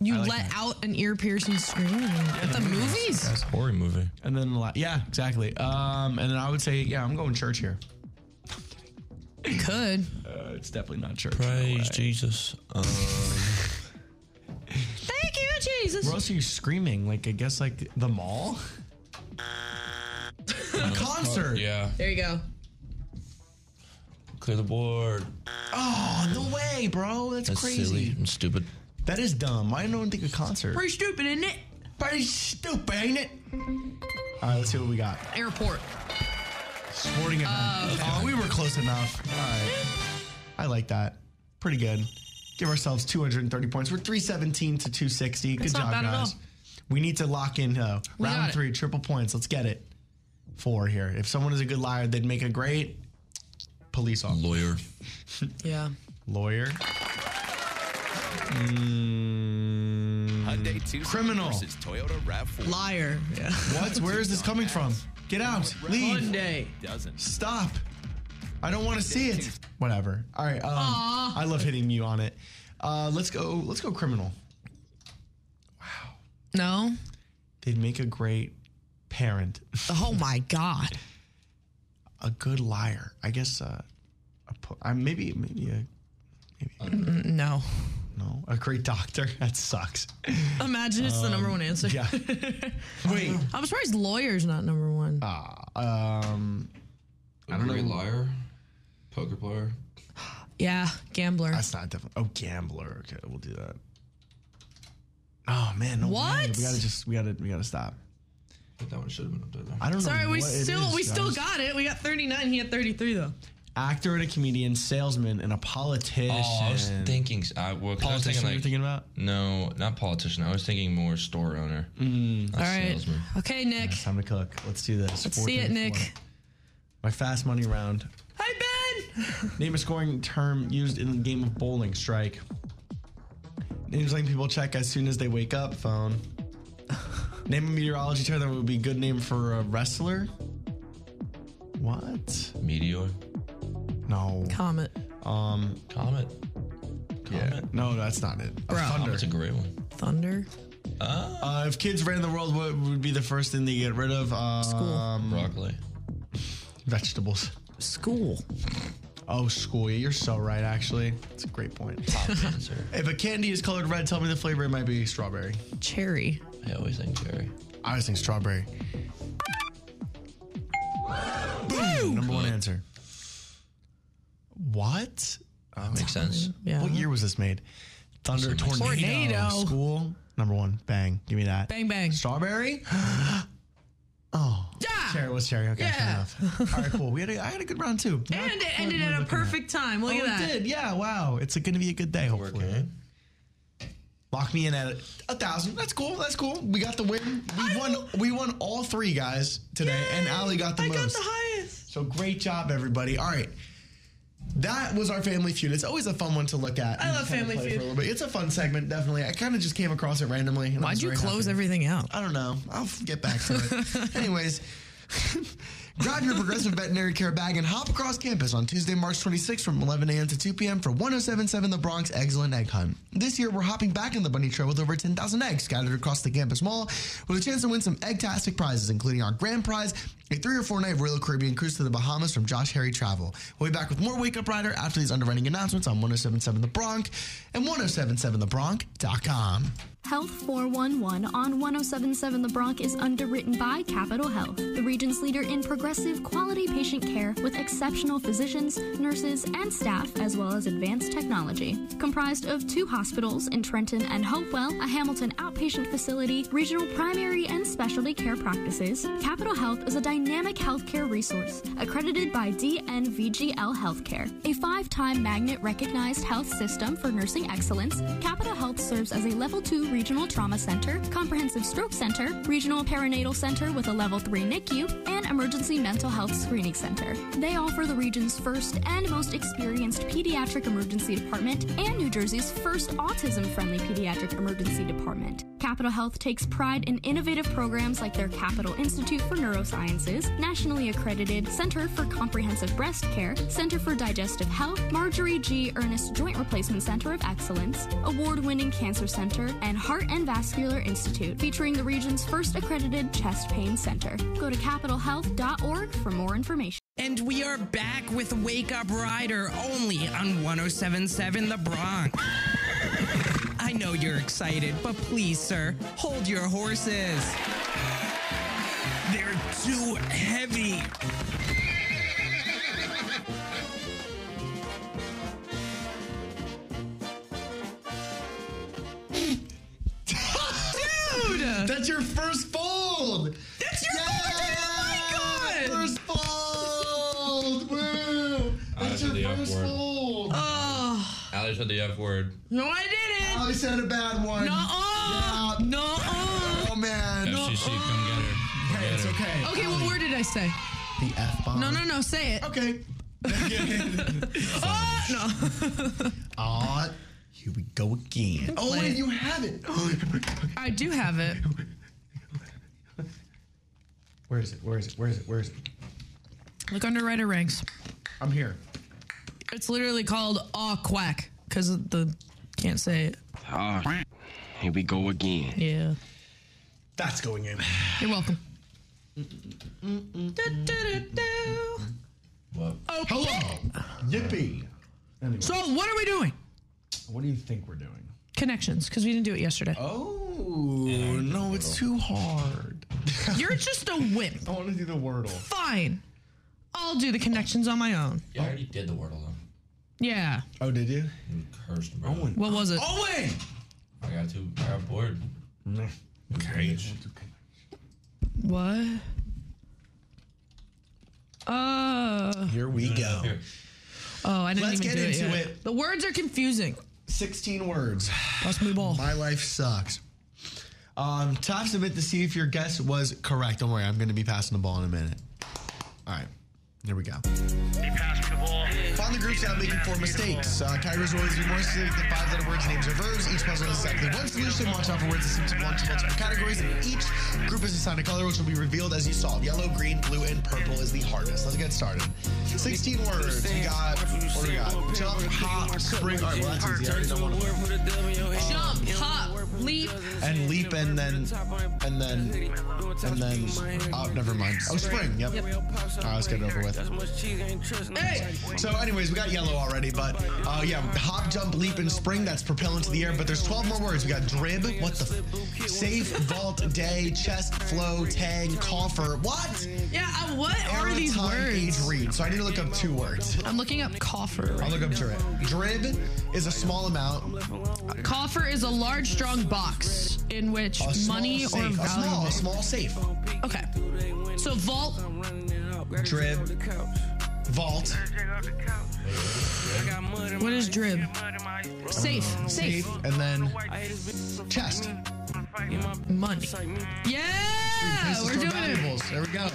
S4: You
S1: like
S4: let
S1: that.
S4: out an ear piercing scream at the movies.
S2: It's a horror movie.
S1: And then la- yeah, exactly. Um, and then I would say yeah, I'm going church here.
S4: You could.
S1: Uh, it's definitely not church. no way.
S2: Praise Jesus. Um,
S4: Thank you, Jesus.
S1: Where else are you screaming? Like I guess like the mall. A concert.
S2: yeah.
S4: There you go.
S2: Clear the board.
S1: Oh no way, bro. That's,
S2: That's
S1: crazy.
S2: silly and stupid.
S1: That is dumb. Why didn't no one think a concert?
S4: Pretty stupid, isn't it?
S1: Pretty stupid, ain't it? All right, let's see what we got.
S4: Airport.
S1: Sporting event. Oh, we were close enough. All right. I like that. Pretty good. Give ourselves 230 points. We're 317 to 260. Good
S4: That's not
S1: job,
S4: bad at
S1: guys.
S4: all.
S1: We need to lock in uh,
S4: got
S1: round
S4: it.
S1: three, triple points. Let's get it. Four here. If someone is a good liar, they'd make a great police officer.
S2: Lawyer.
S4: Yeah.
S1: Lawyer.
S10: Hyundai Tucson
S1: Criminal.
S10: versus Toyota RAV4.
S4: Liar. Yeah.
S1: What? Where is this coming from? Get out. Leave.
S4: Monday.
S10: Doesn't.
S1: Stop. I don't want to see it. Whatever. All right. Um, I love hitting you on it. Uh, let's go. Let's go criminal. Wow.
S4: No.
S1: They'd make a great parent,
S4: Oh my God.
S1: a good liar. I guess. Uh, a po- I maybe maybe a
S4: No.
S1: no a great doctor. That sucks.
S4: Imagine it's the number one answer.
S1: Um, Yeah. Wait.
S4: I'm surprised lawyer's not number one.
S1: Ah. Um.
S2: I'm a great liar, poker player.
S4: yeah, gambler.
S1: That's not definitely. Oh, gambler. Okay, we'll do that. Oh man, no
S4: What?
S1: way. We gotta just we gotta we gotta stop.
S2: But that one should have been up there.
S1: I don't
S4: Sorry,
S1: know.
S4: we
S1: what it
S4: still
S1: is,
S4: we still
S1: guys.
S4: got it. We got 39. He had 33 though.
S1: actor and a comedian, salesman and a politician.
S2: Oh, I was thinking. I, well, 'cause I was
S1: politician.
S2: thinking
S1: you were
S2: like
S1: thinking about?
S2: no, not politician. I was thinking more store owner. Mm. All
S4: All right.
S2: Salesman.
S4: Okay, Nick.
S1: It's time to cook. Let's do this.
S4: Let's see it,
S1: 4:34.
S4: Nick.
S1: My fast money round.
S4: Hi Ben.
S1: Name a scoring term used in the game of bowling. Strike. Names like people check as soon as they wake up. Phone. name a meteorology term that would be a good name for a wrestler. What?
S2: Meteor.
S1: No.
S4: Comet.
S1: Um.
S2: Comet.
S1: Yeah. No, that's not it. A Thunder.
S2: Comet's a great one.
S4: Thunder.
S1: Uh, if kids ran the world, what would be the first thing they get rid of? Um,
S2: Broccoli.
S1: Vegetables.
S4: School.
S1: Oh, school. Yeah, you're so right. Actually, it's a great point.
S2: Answer.
S1: if a candy is colored red, tell me the flavor. It might be strawberry.
S4: Cherry.
S2: I always think Jerry.
S1: I was thinking strawberry. Boom. Number one answer. What? Oh,
S2: Makes sense.
S4: Yeah.
S1: What year was this made? Thunder tornado.
S4: Tornado.
S1: School. Number one. Bang. Give me that.
S4: Bang bang.
S1: Strawberry. oh.
S4: Yeah.
S1: Cherry was cherry. Okay, fair
S4: Yeah.
S1: enough. All right, cool. We had a, I had a good round too. Not
S4: And it
S1: quite
S4: ended at
S1: what we're
S4: a
S1: looking
S4: perfect time. Look
S1: Oh,
S4: at that.
S1: it did. Yeah. Wow. It's going to be a good day. Hopefully. Lock me in at a thousand. That's cool. That's cool. We got the win. We won. We won all three guys today, and Allie got the
S4: I got
S1: most.
S4: the highest.
S1: so great job, everybody. All right. That was our family feud. It's always a fun one to look at. and
S4: love
S1: kinda
S4: Family
S1: play for
S4: Feud.
S1: a little bit. It's a fun segment, definitely. I kind of just came across it randomly. and I
S4: Why'd
S1: was
S4: you
S1: very
S4: close
S1: happy.
S4: everything out?
S1: I don't know. I'll f- get back to it. Anyways, grab your Progressive Veterinary Care bag and hop across campus on Tuesday, March 26th from 11 a.m. to 2 p.m. for 1077 The Bronx Excellent Egg Hunt. This year, we're hopping back on the bunny trail with over 10,000 eggs scattered across the campus mall with a chance to win some egg-tastic prizes, including our grand prize, a three or four night Royal Caribbean cruise to the Bahamas from Josh Harry Travel. We'll be back with more Wake Up Rider after these underwriting announcements on 1077 The Bronx and 1077thebronx.com.
S9: Health 411 on 1077 The Bronx is underwritten by Capital Health, the region's leader in progressive quality patient care with exceptional physicians, nurses, and staff, as well as advanced technology. Comprised of two hospitals in Trenton and Hopewell, a Hamilton outpatient facility, regional primary and specialty care practices, Capital Health is a dynamic healthcare resource accredited by DNVGL Healthcare, a five time magnet recognized health system for nursing excellence. Capital Health serves as a level 2 regional trauma center, comprehensive stroke center, regional perinatal center with a level 3 NICU, and emergency mental health screening center. They offer the region's first and most experienced pediatric emergency department and New Jersey's first autism friendly pediatric emergency department. Capital Health takes pride in innovative programs like their Capital Institute for Neurosciences, nationally accredited Center for Comprehensive Breast Care, Center for Digestive Health, Marjorie G. Ernest Joint Replacement Center of Excellence, award winning Cancer Center, and Heart and Vascular Institute, featuring the region's first accredited chest pain center. Go to capitalhealth.org for more information.
S3: And we are back with Wake Up Rider only on 1077 The Bronx. I know you're excited, but please, sir, hold your horses.
S6: They're too heavy.
S4: Dude.
S1: That's your first fold.
S4: That's your fucking- oh my God.
S1: First fold. Woo. That's
S2: said the
S1: your
S2: F
S1: first
S2: word.
S1: fold.
S4: Oh,
S2: Allie said the F word.
S4: no, I didn't.
S1: I said a bad one.
S4: Nuh-uh.
S1: Yeah.
S4: Nuh-uh.
S1: Oh man. No.
S2: FCC, come get her. Come
S1: Hey,
S2: get
S1: it's
S2: her.
S1: okay.
S4: Okay, what word did I say?
S1: The F bomb.
S4: No, no, no. Say it.
S1: Okay.
S4: Oh, no.
S1: Aw, here we go again. Oh
S4: Play
S1: wait,
S4: it.
S1: you have it.
S4: I do have it.
S1: Where is it? Where is it? Where is it? Where is it?
S4: Look under writer ranks.
S1: I'm here.
S4: It's literally called aw quack because the can't say it.
S10: Ah, here we go again.
S4: Yeah.
S8: That's going in.
S4: You're welcome.
S8: Hello. Yippee. Anyway,
S4: So what are we doing?
S8: what do you think we're doing?
S4: Connections, because we didn't do it yesterday.
S8: Oh no, it's too hard.
S4: You're just a wimp.
S8: I want to do the wordle.
S4: Fine. I'll do the connections on my own.
S2: You already did the wordle though.
S4: Yeah.
S8: Oh, did you?
S2: You cursed, bro. Owen.
S4: What was it?
S8: Owen.
S2: I got too. I got bored.
S8: Okay.
S4: What? Uh,
S8: Here we go.
S2: Here.
S4: oh, I didn't
S1: Let's
S4: even
S1: get
S4: do
S1: into
S4: it, yet.
S1: it.
S4: The words are confusing.
S1: Sixteen words.
S4: Let's move on.
S1: My life sucks. Um, tap submit to see if your guess was correct. Don't worry, I'm going to be passing the ball in a minute. All right, here we go. Find the groups out making four mistakes. Uh, Kyra's always be more specific than five letter words, names, or verbs. Each puzzle has exactly one solution. Watch out for words that seem to belong to multiple categories. And each group is assigned a color, which will be revealed as you solve. Yellow, green, blue, and purple is the hardest. Let's get started. 16 words. We got, what do we got? Jump, hop, spring. All right, well, that's easy. I already know one of them
S4: Jump, hop, leap.
S1: and leap and then and then and then oh never mind oh spring yep, All right, let's get it over with hey so anyways we got yellow already but uh, yeah hop jump leap and spring that's propel into the air but there's 12 more words we got drib what the f- safe vault day chest flow tang coffer what
S4: Yeah, uh, what are
S1: Era,
S4: these
S1: time, age
S4: words?
S1: read so I need to look up two words
S4: I'm looking up coffer.
S1: I'll
S4: Right?
S1: look up drib drib is a small amount
S4: Coffer is a large, strong box in which
S1: a small
S4: money or
S1: safe,
S4: value.
S1: a small a small safe
S4: Okay. So vault.
S1: drib vault
S4: What is drib? Safe.
S1: Uh,
S4: Safe.
S1: and then chest.
S4: Money. Yeah,
S1: Places
S4: we're
S1: store
S4: doing it.
S1: valuables. There we go.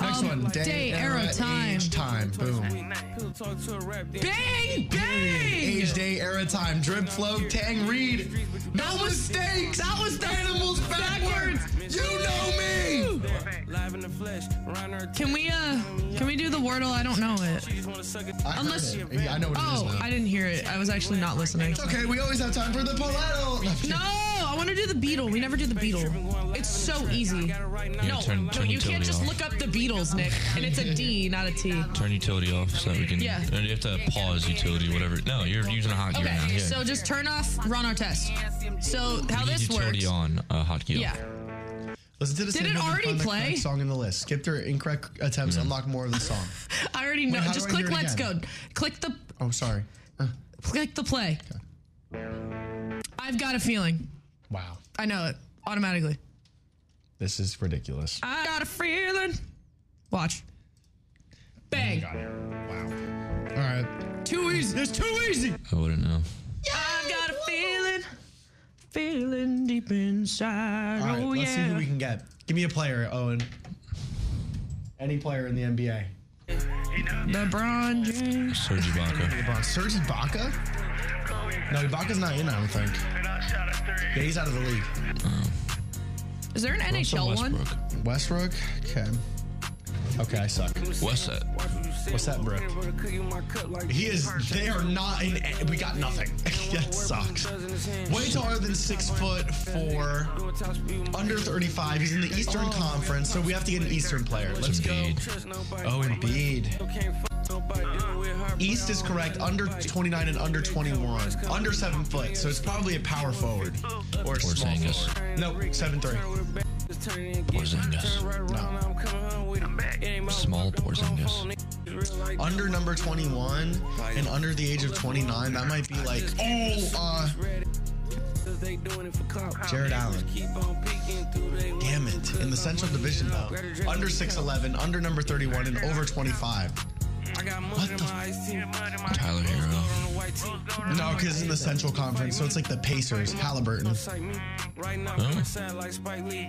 S1: Next
S4: Um,
S1: one. Day,
S4: day, era, time.
S1: age, time. Boom.
S4: Bang, bang.
S1: Age, day, era, time. Drip, flow, tang, read. No
S4: That was-
S1: mistakes.
S4: that was the-
S1: animals backwards.
S4: backwards.
S1: You know me.
S4: Can we uh? Can we do the wordle? I don't know it.
S1: I heard
S4: Unless-
S1: it. Yeah, I know what it is
S4: Oh,
S1: now.
S4: I didn't hear it. I was actually not listening.
S1: It's okay. We always have time for the Paletto.
S4: No, I want to do the Beatle. We never do the Beatle. It's so easy. No,
S2: turn- turn
S4: no, you can't
S2: utility
S4: just
S2: off.
S4: look up the Beatles, Nick. And it's a D, not a T.
S2: Turn utility off so that we can.
S4: Yeah.
S2: And you have to pause utility, whatever. No, you're using a hotkey right now.
S4: Okay,
S2: Yeah.
S4: so just turn off, run our test. So how
S2: Need
S4: this
S2: utility
S4: works?
S2: on a hotkey.
S4: Yeah.
S1: Listen to the
S4: Did it already play?
S1: song in the list. Skip their incorrect attempts. Unlock more of the song.
S4: I already know.
S1: how do
S4: just
S1: I hear
S4: click
S1: it
S4: let's
S1: again?
S4: go. Click the
S1: Oh, sorry. Uh,
S4: click the play. I've got a feeling.
S1: Wow.
S4: I know it automatically.
S1: This is ridiculous.
S4: I got a feeling. Watch. Bang.
S1: All right.
S4: Too easy. It's too easy.
S2: I wouldn't know.
S4: I've got a feeling. Feeling deep inside.
S1: All right,
S4: oh
S1: let's see who
S4: yeah.
S1: we can get. Give me a player, Owen. Any player in the NBA.
S4: LeBron James.
S2: Serge Ibaka.
S1: LeBron, Serge Ibaka? No, Ibaka's not in. I don't think. Yeah, he's out of the league.
S4: Is there an
S2: Russell
S4: NHL one?
S2: Westbrook.
S1: Westbrook. Okay. Okay, I suck.
S2: What's that?
S1: What's that, Brooke? He is. They are not in. We got nothing. that sucks. Way taller than six foot four, under thirty-five. He's in the Eastern Conference, so we have to get an Eastern player. Let's go. Oh, Embiid. East is correct. Under 29 and under 21. Under seven foot, so it's probably a power forward or a small
S2: Porzingis.
S1: forward. Nope, seven three.
S2: Porzingis.
S1: No.
S2: Small Porzingis.
S1: Under number 21 and under the age of 29. That might be like oh, uh, Jared Allen. Damn it! In the Central Division though, under 6'11, under number 31, and over 25. What the
S2: Tyler Hero.
S1: No, because it's in the Central Conference, so it's like the Pacers, Halliburton.
S2: Oh.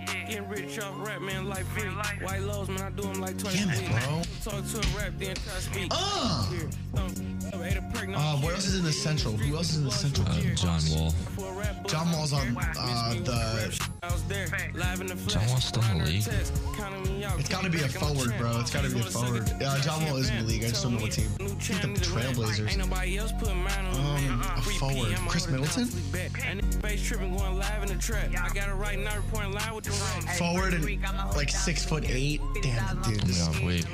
S1: Damn it, bro. Uh, uh, what else is in the Central? Who else is in the Central?
S2: Uh, John Wall.
S1: John Wall's on uh, the.
S2: John Wall's still in the league.
S1: It's got to be a forward, bro. It's got to be a forward. Uh, John Wall is in the league. I just don't know what team. I think the Trailblazers. Um, a forward. Chris Middleton?
S10: space tripping, going live in the trap. I got it right now, reporting live with the rap.
S1: Forward and like six foot eight. Damn it, dude. This
S2: Yeah, wait.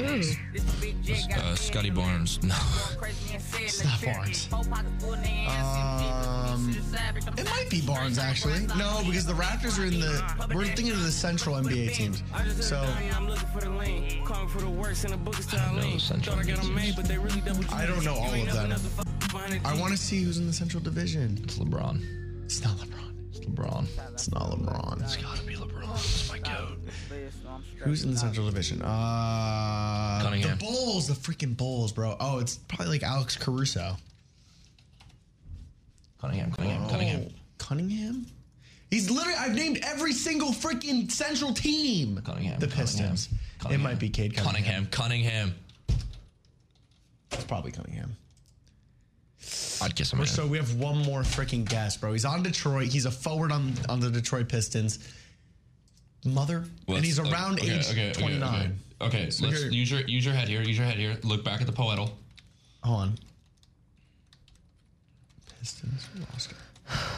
S2: Uh, Scotty Barnes. No.
S1: it's not Barnes. Um, it might be Barnes actually. No, because the Raptors are in the. We're thinking of the Central NBA teams. So
S10: I'm looking for the lane. Calling for the works in the book is time lane. Thought I got 'em made, but they really double
S1: I don't know all of them. I want to see who's in the Central Division.
S2: It's LeBron.
S1: It's not LeBron.
S2: It's LeBron.
S1: It's not LeBron. It's
S2: Gotta be LeBron. That's my goat.
S1: Who's in the Central Division? Uh,
S2: Cunningham.
S1: The Bulls, the freaking Bulls, bro. Oh, it's probably like Alex Caruso.
S2: Cunningham. Cunningham. Cunningham.
S1: Oh, Cunningham? He's literally. I've named every single freaking Central team.
S2: Cunningham.
S1: The
S2: Cunningham,
S1: Pistons.
S2: Cunningham.
S1: It might be Cade Cunningham.
S2: Cunningham. Cunningham.
S1: It's probably Cunningham.
S2: I'd guess him.
S1: We're so we have one more freaking guess, bro. He's on Detroit. He's a forward on on the Detroit Pistons. Mother, and he's around age twenty nine.
S2: Okay, okay.
S1: So
S2: let's
S1: here-
S2: use your use your head here. Use your head here. Look back at the poetal.
S1: Hold on. Pistons we lost it.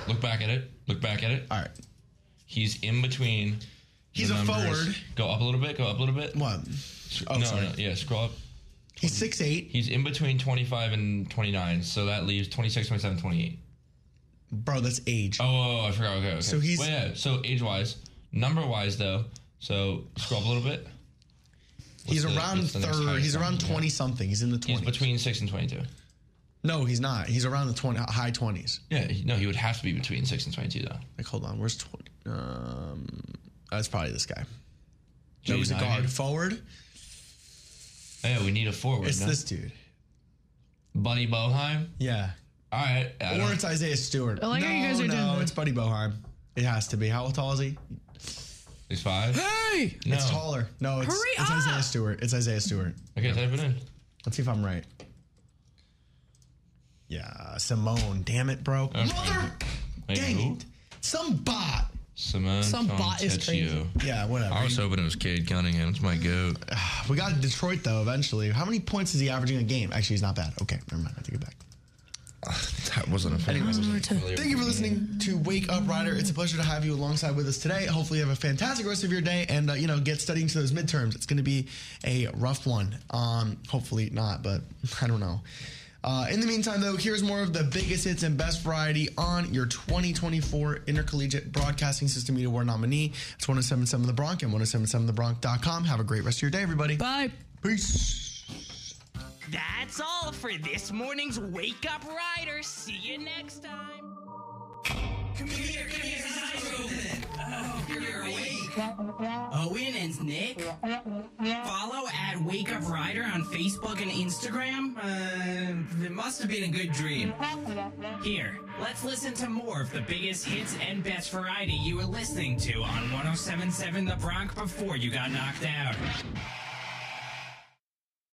S2: Look back at it. Look back at it.
S1: All right.
S2: He's in between. the
S1: He's a
S2: numbers.
S1: forward.
S2: Go up a little bit. Go up a little bit.
S1: What? Oh,
S2: no,
S1: sorry.
S2: no, yeah, scroll up.
S1: He's six eight,
S2: He's in between 25 and 29, so that leaves 26, 27, 28.
S1: bro. That's age.
S2: Oh, oh, oh, I forgot. Okay, okay.
S1: So he's-
S2: Well, yeah, so age wise, number wise, though, so scroll up a little bit.
S1: he's
S2: the-
S1: around
S2: what's the next
S1: third.
S2: highest
S1: He's around
S2: number?
S1: twenty something. He's in the
S2: He's
S1: twenties.
S2: between 6 and 22.
S1: no, he's not. He's around the twenty high twenties.
S2: Yeah, he- no, he would have to be between 6 and 22, though.
S1: Like, hold on. Where's twenty? Um, that's probably this guy. No,
S2: Jaden
S1: he's a
S2: Ivey.
S1: guard. Forward.
S2: Yeah, we need a forward.
S1: It's
S2: no?
S1: this dude.
S2: Buddy Boheim.
S1: Yeah.
S2: All right. I
S1: Or
S2: don't-
S1: it's Isaiah Stewart.
S4: like
S1: no,
S4: how you guys are
S1: no,
S4: doing that.
S1: it's Buddy Boheim. It has to be. How tall is he?
S2: He's five.
S7: Hey!
S2: No.
S1: It's taller. No, it's,
S4: Hurry
S1: it's
S4: up!
S1: Isaiah Stewart. It's Isaiah Stewart.
S2: Okay, type it in.
S1: Let's see if I'm right. Yeah, Simone. Damn it, bro. Mother,
S2: Wait,
S1: dang
S2: who?
S1: it. Some bot.
S2: Simone.
S4: Some bot is
S2: Fontecchio.
S1: Yeah, whatever.
S2: I was hoping it was Cade Cunningham. It's my goat.
S1: We got Detroit though. Eventually, how many points is he averaging a game? Actually, he's not bad. Okay, never mind. I take it back.
S2: That wasn't a fair
S1: Thank you for listening to Wake Up Rider. It's a pleasure to have you alongside with us today. Hopefully, you have a fantastic rest of your day, and uh, you know, get studying to those midterms. It's going to be a rough one. Um, hopefully not, but I don't know. Uh, in the meantime, though, here's more of the biggest hits and best variety on your 2024 Intercollegiate Broadcasting System Media Award nominee. It's 1077 The Bronx and 1077TheBronx.com. Have a great rest of your day, everybody.
S4: Bye.
S1: Peace.
S3: That's all for this morning's Wake Up Rider. See you next time.
S6: Oh, Owen and Nick. Follow at Wake Up Rider on Facebook and Instagram. Uh, it must have been a good dream. Here, let's listen to more of the biggest hits and best oh variety you were listening to on 1077 The Bronx before you got knocked out.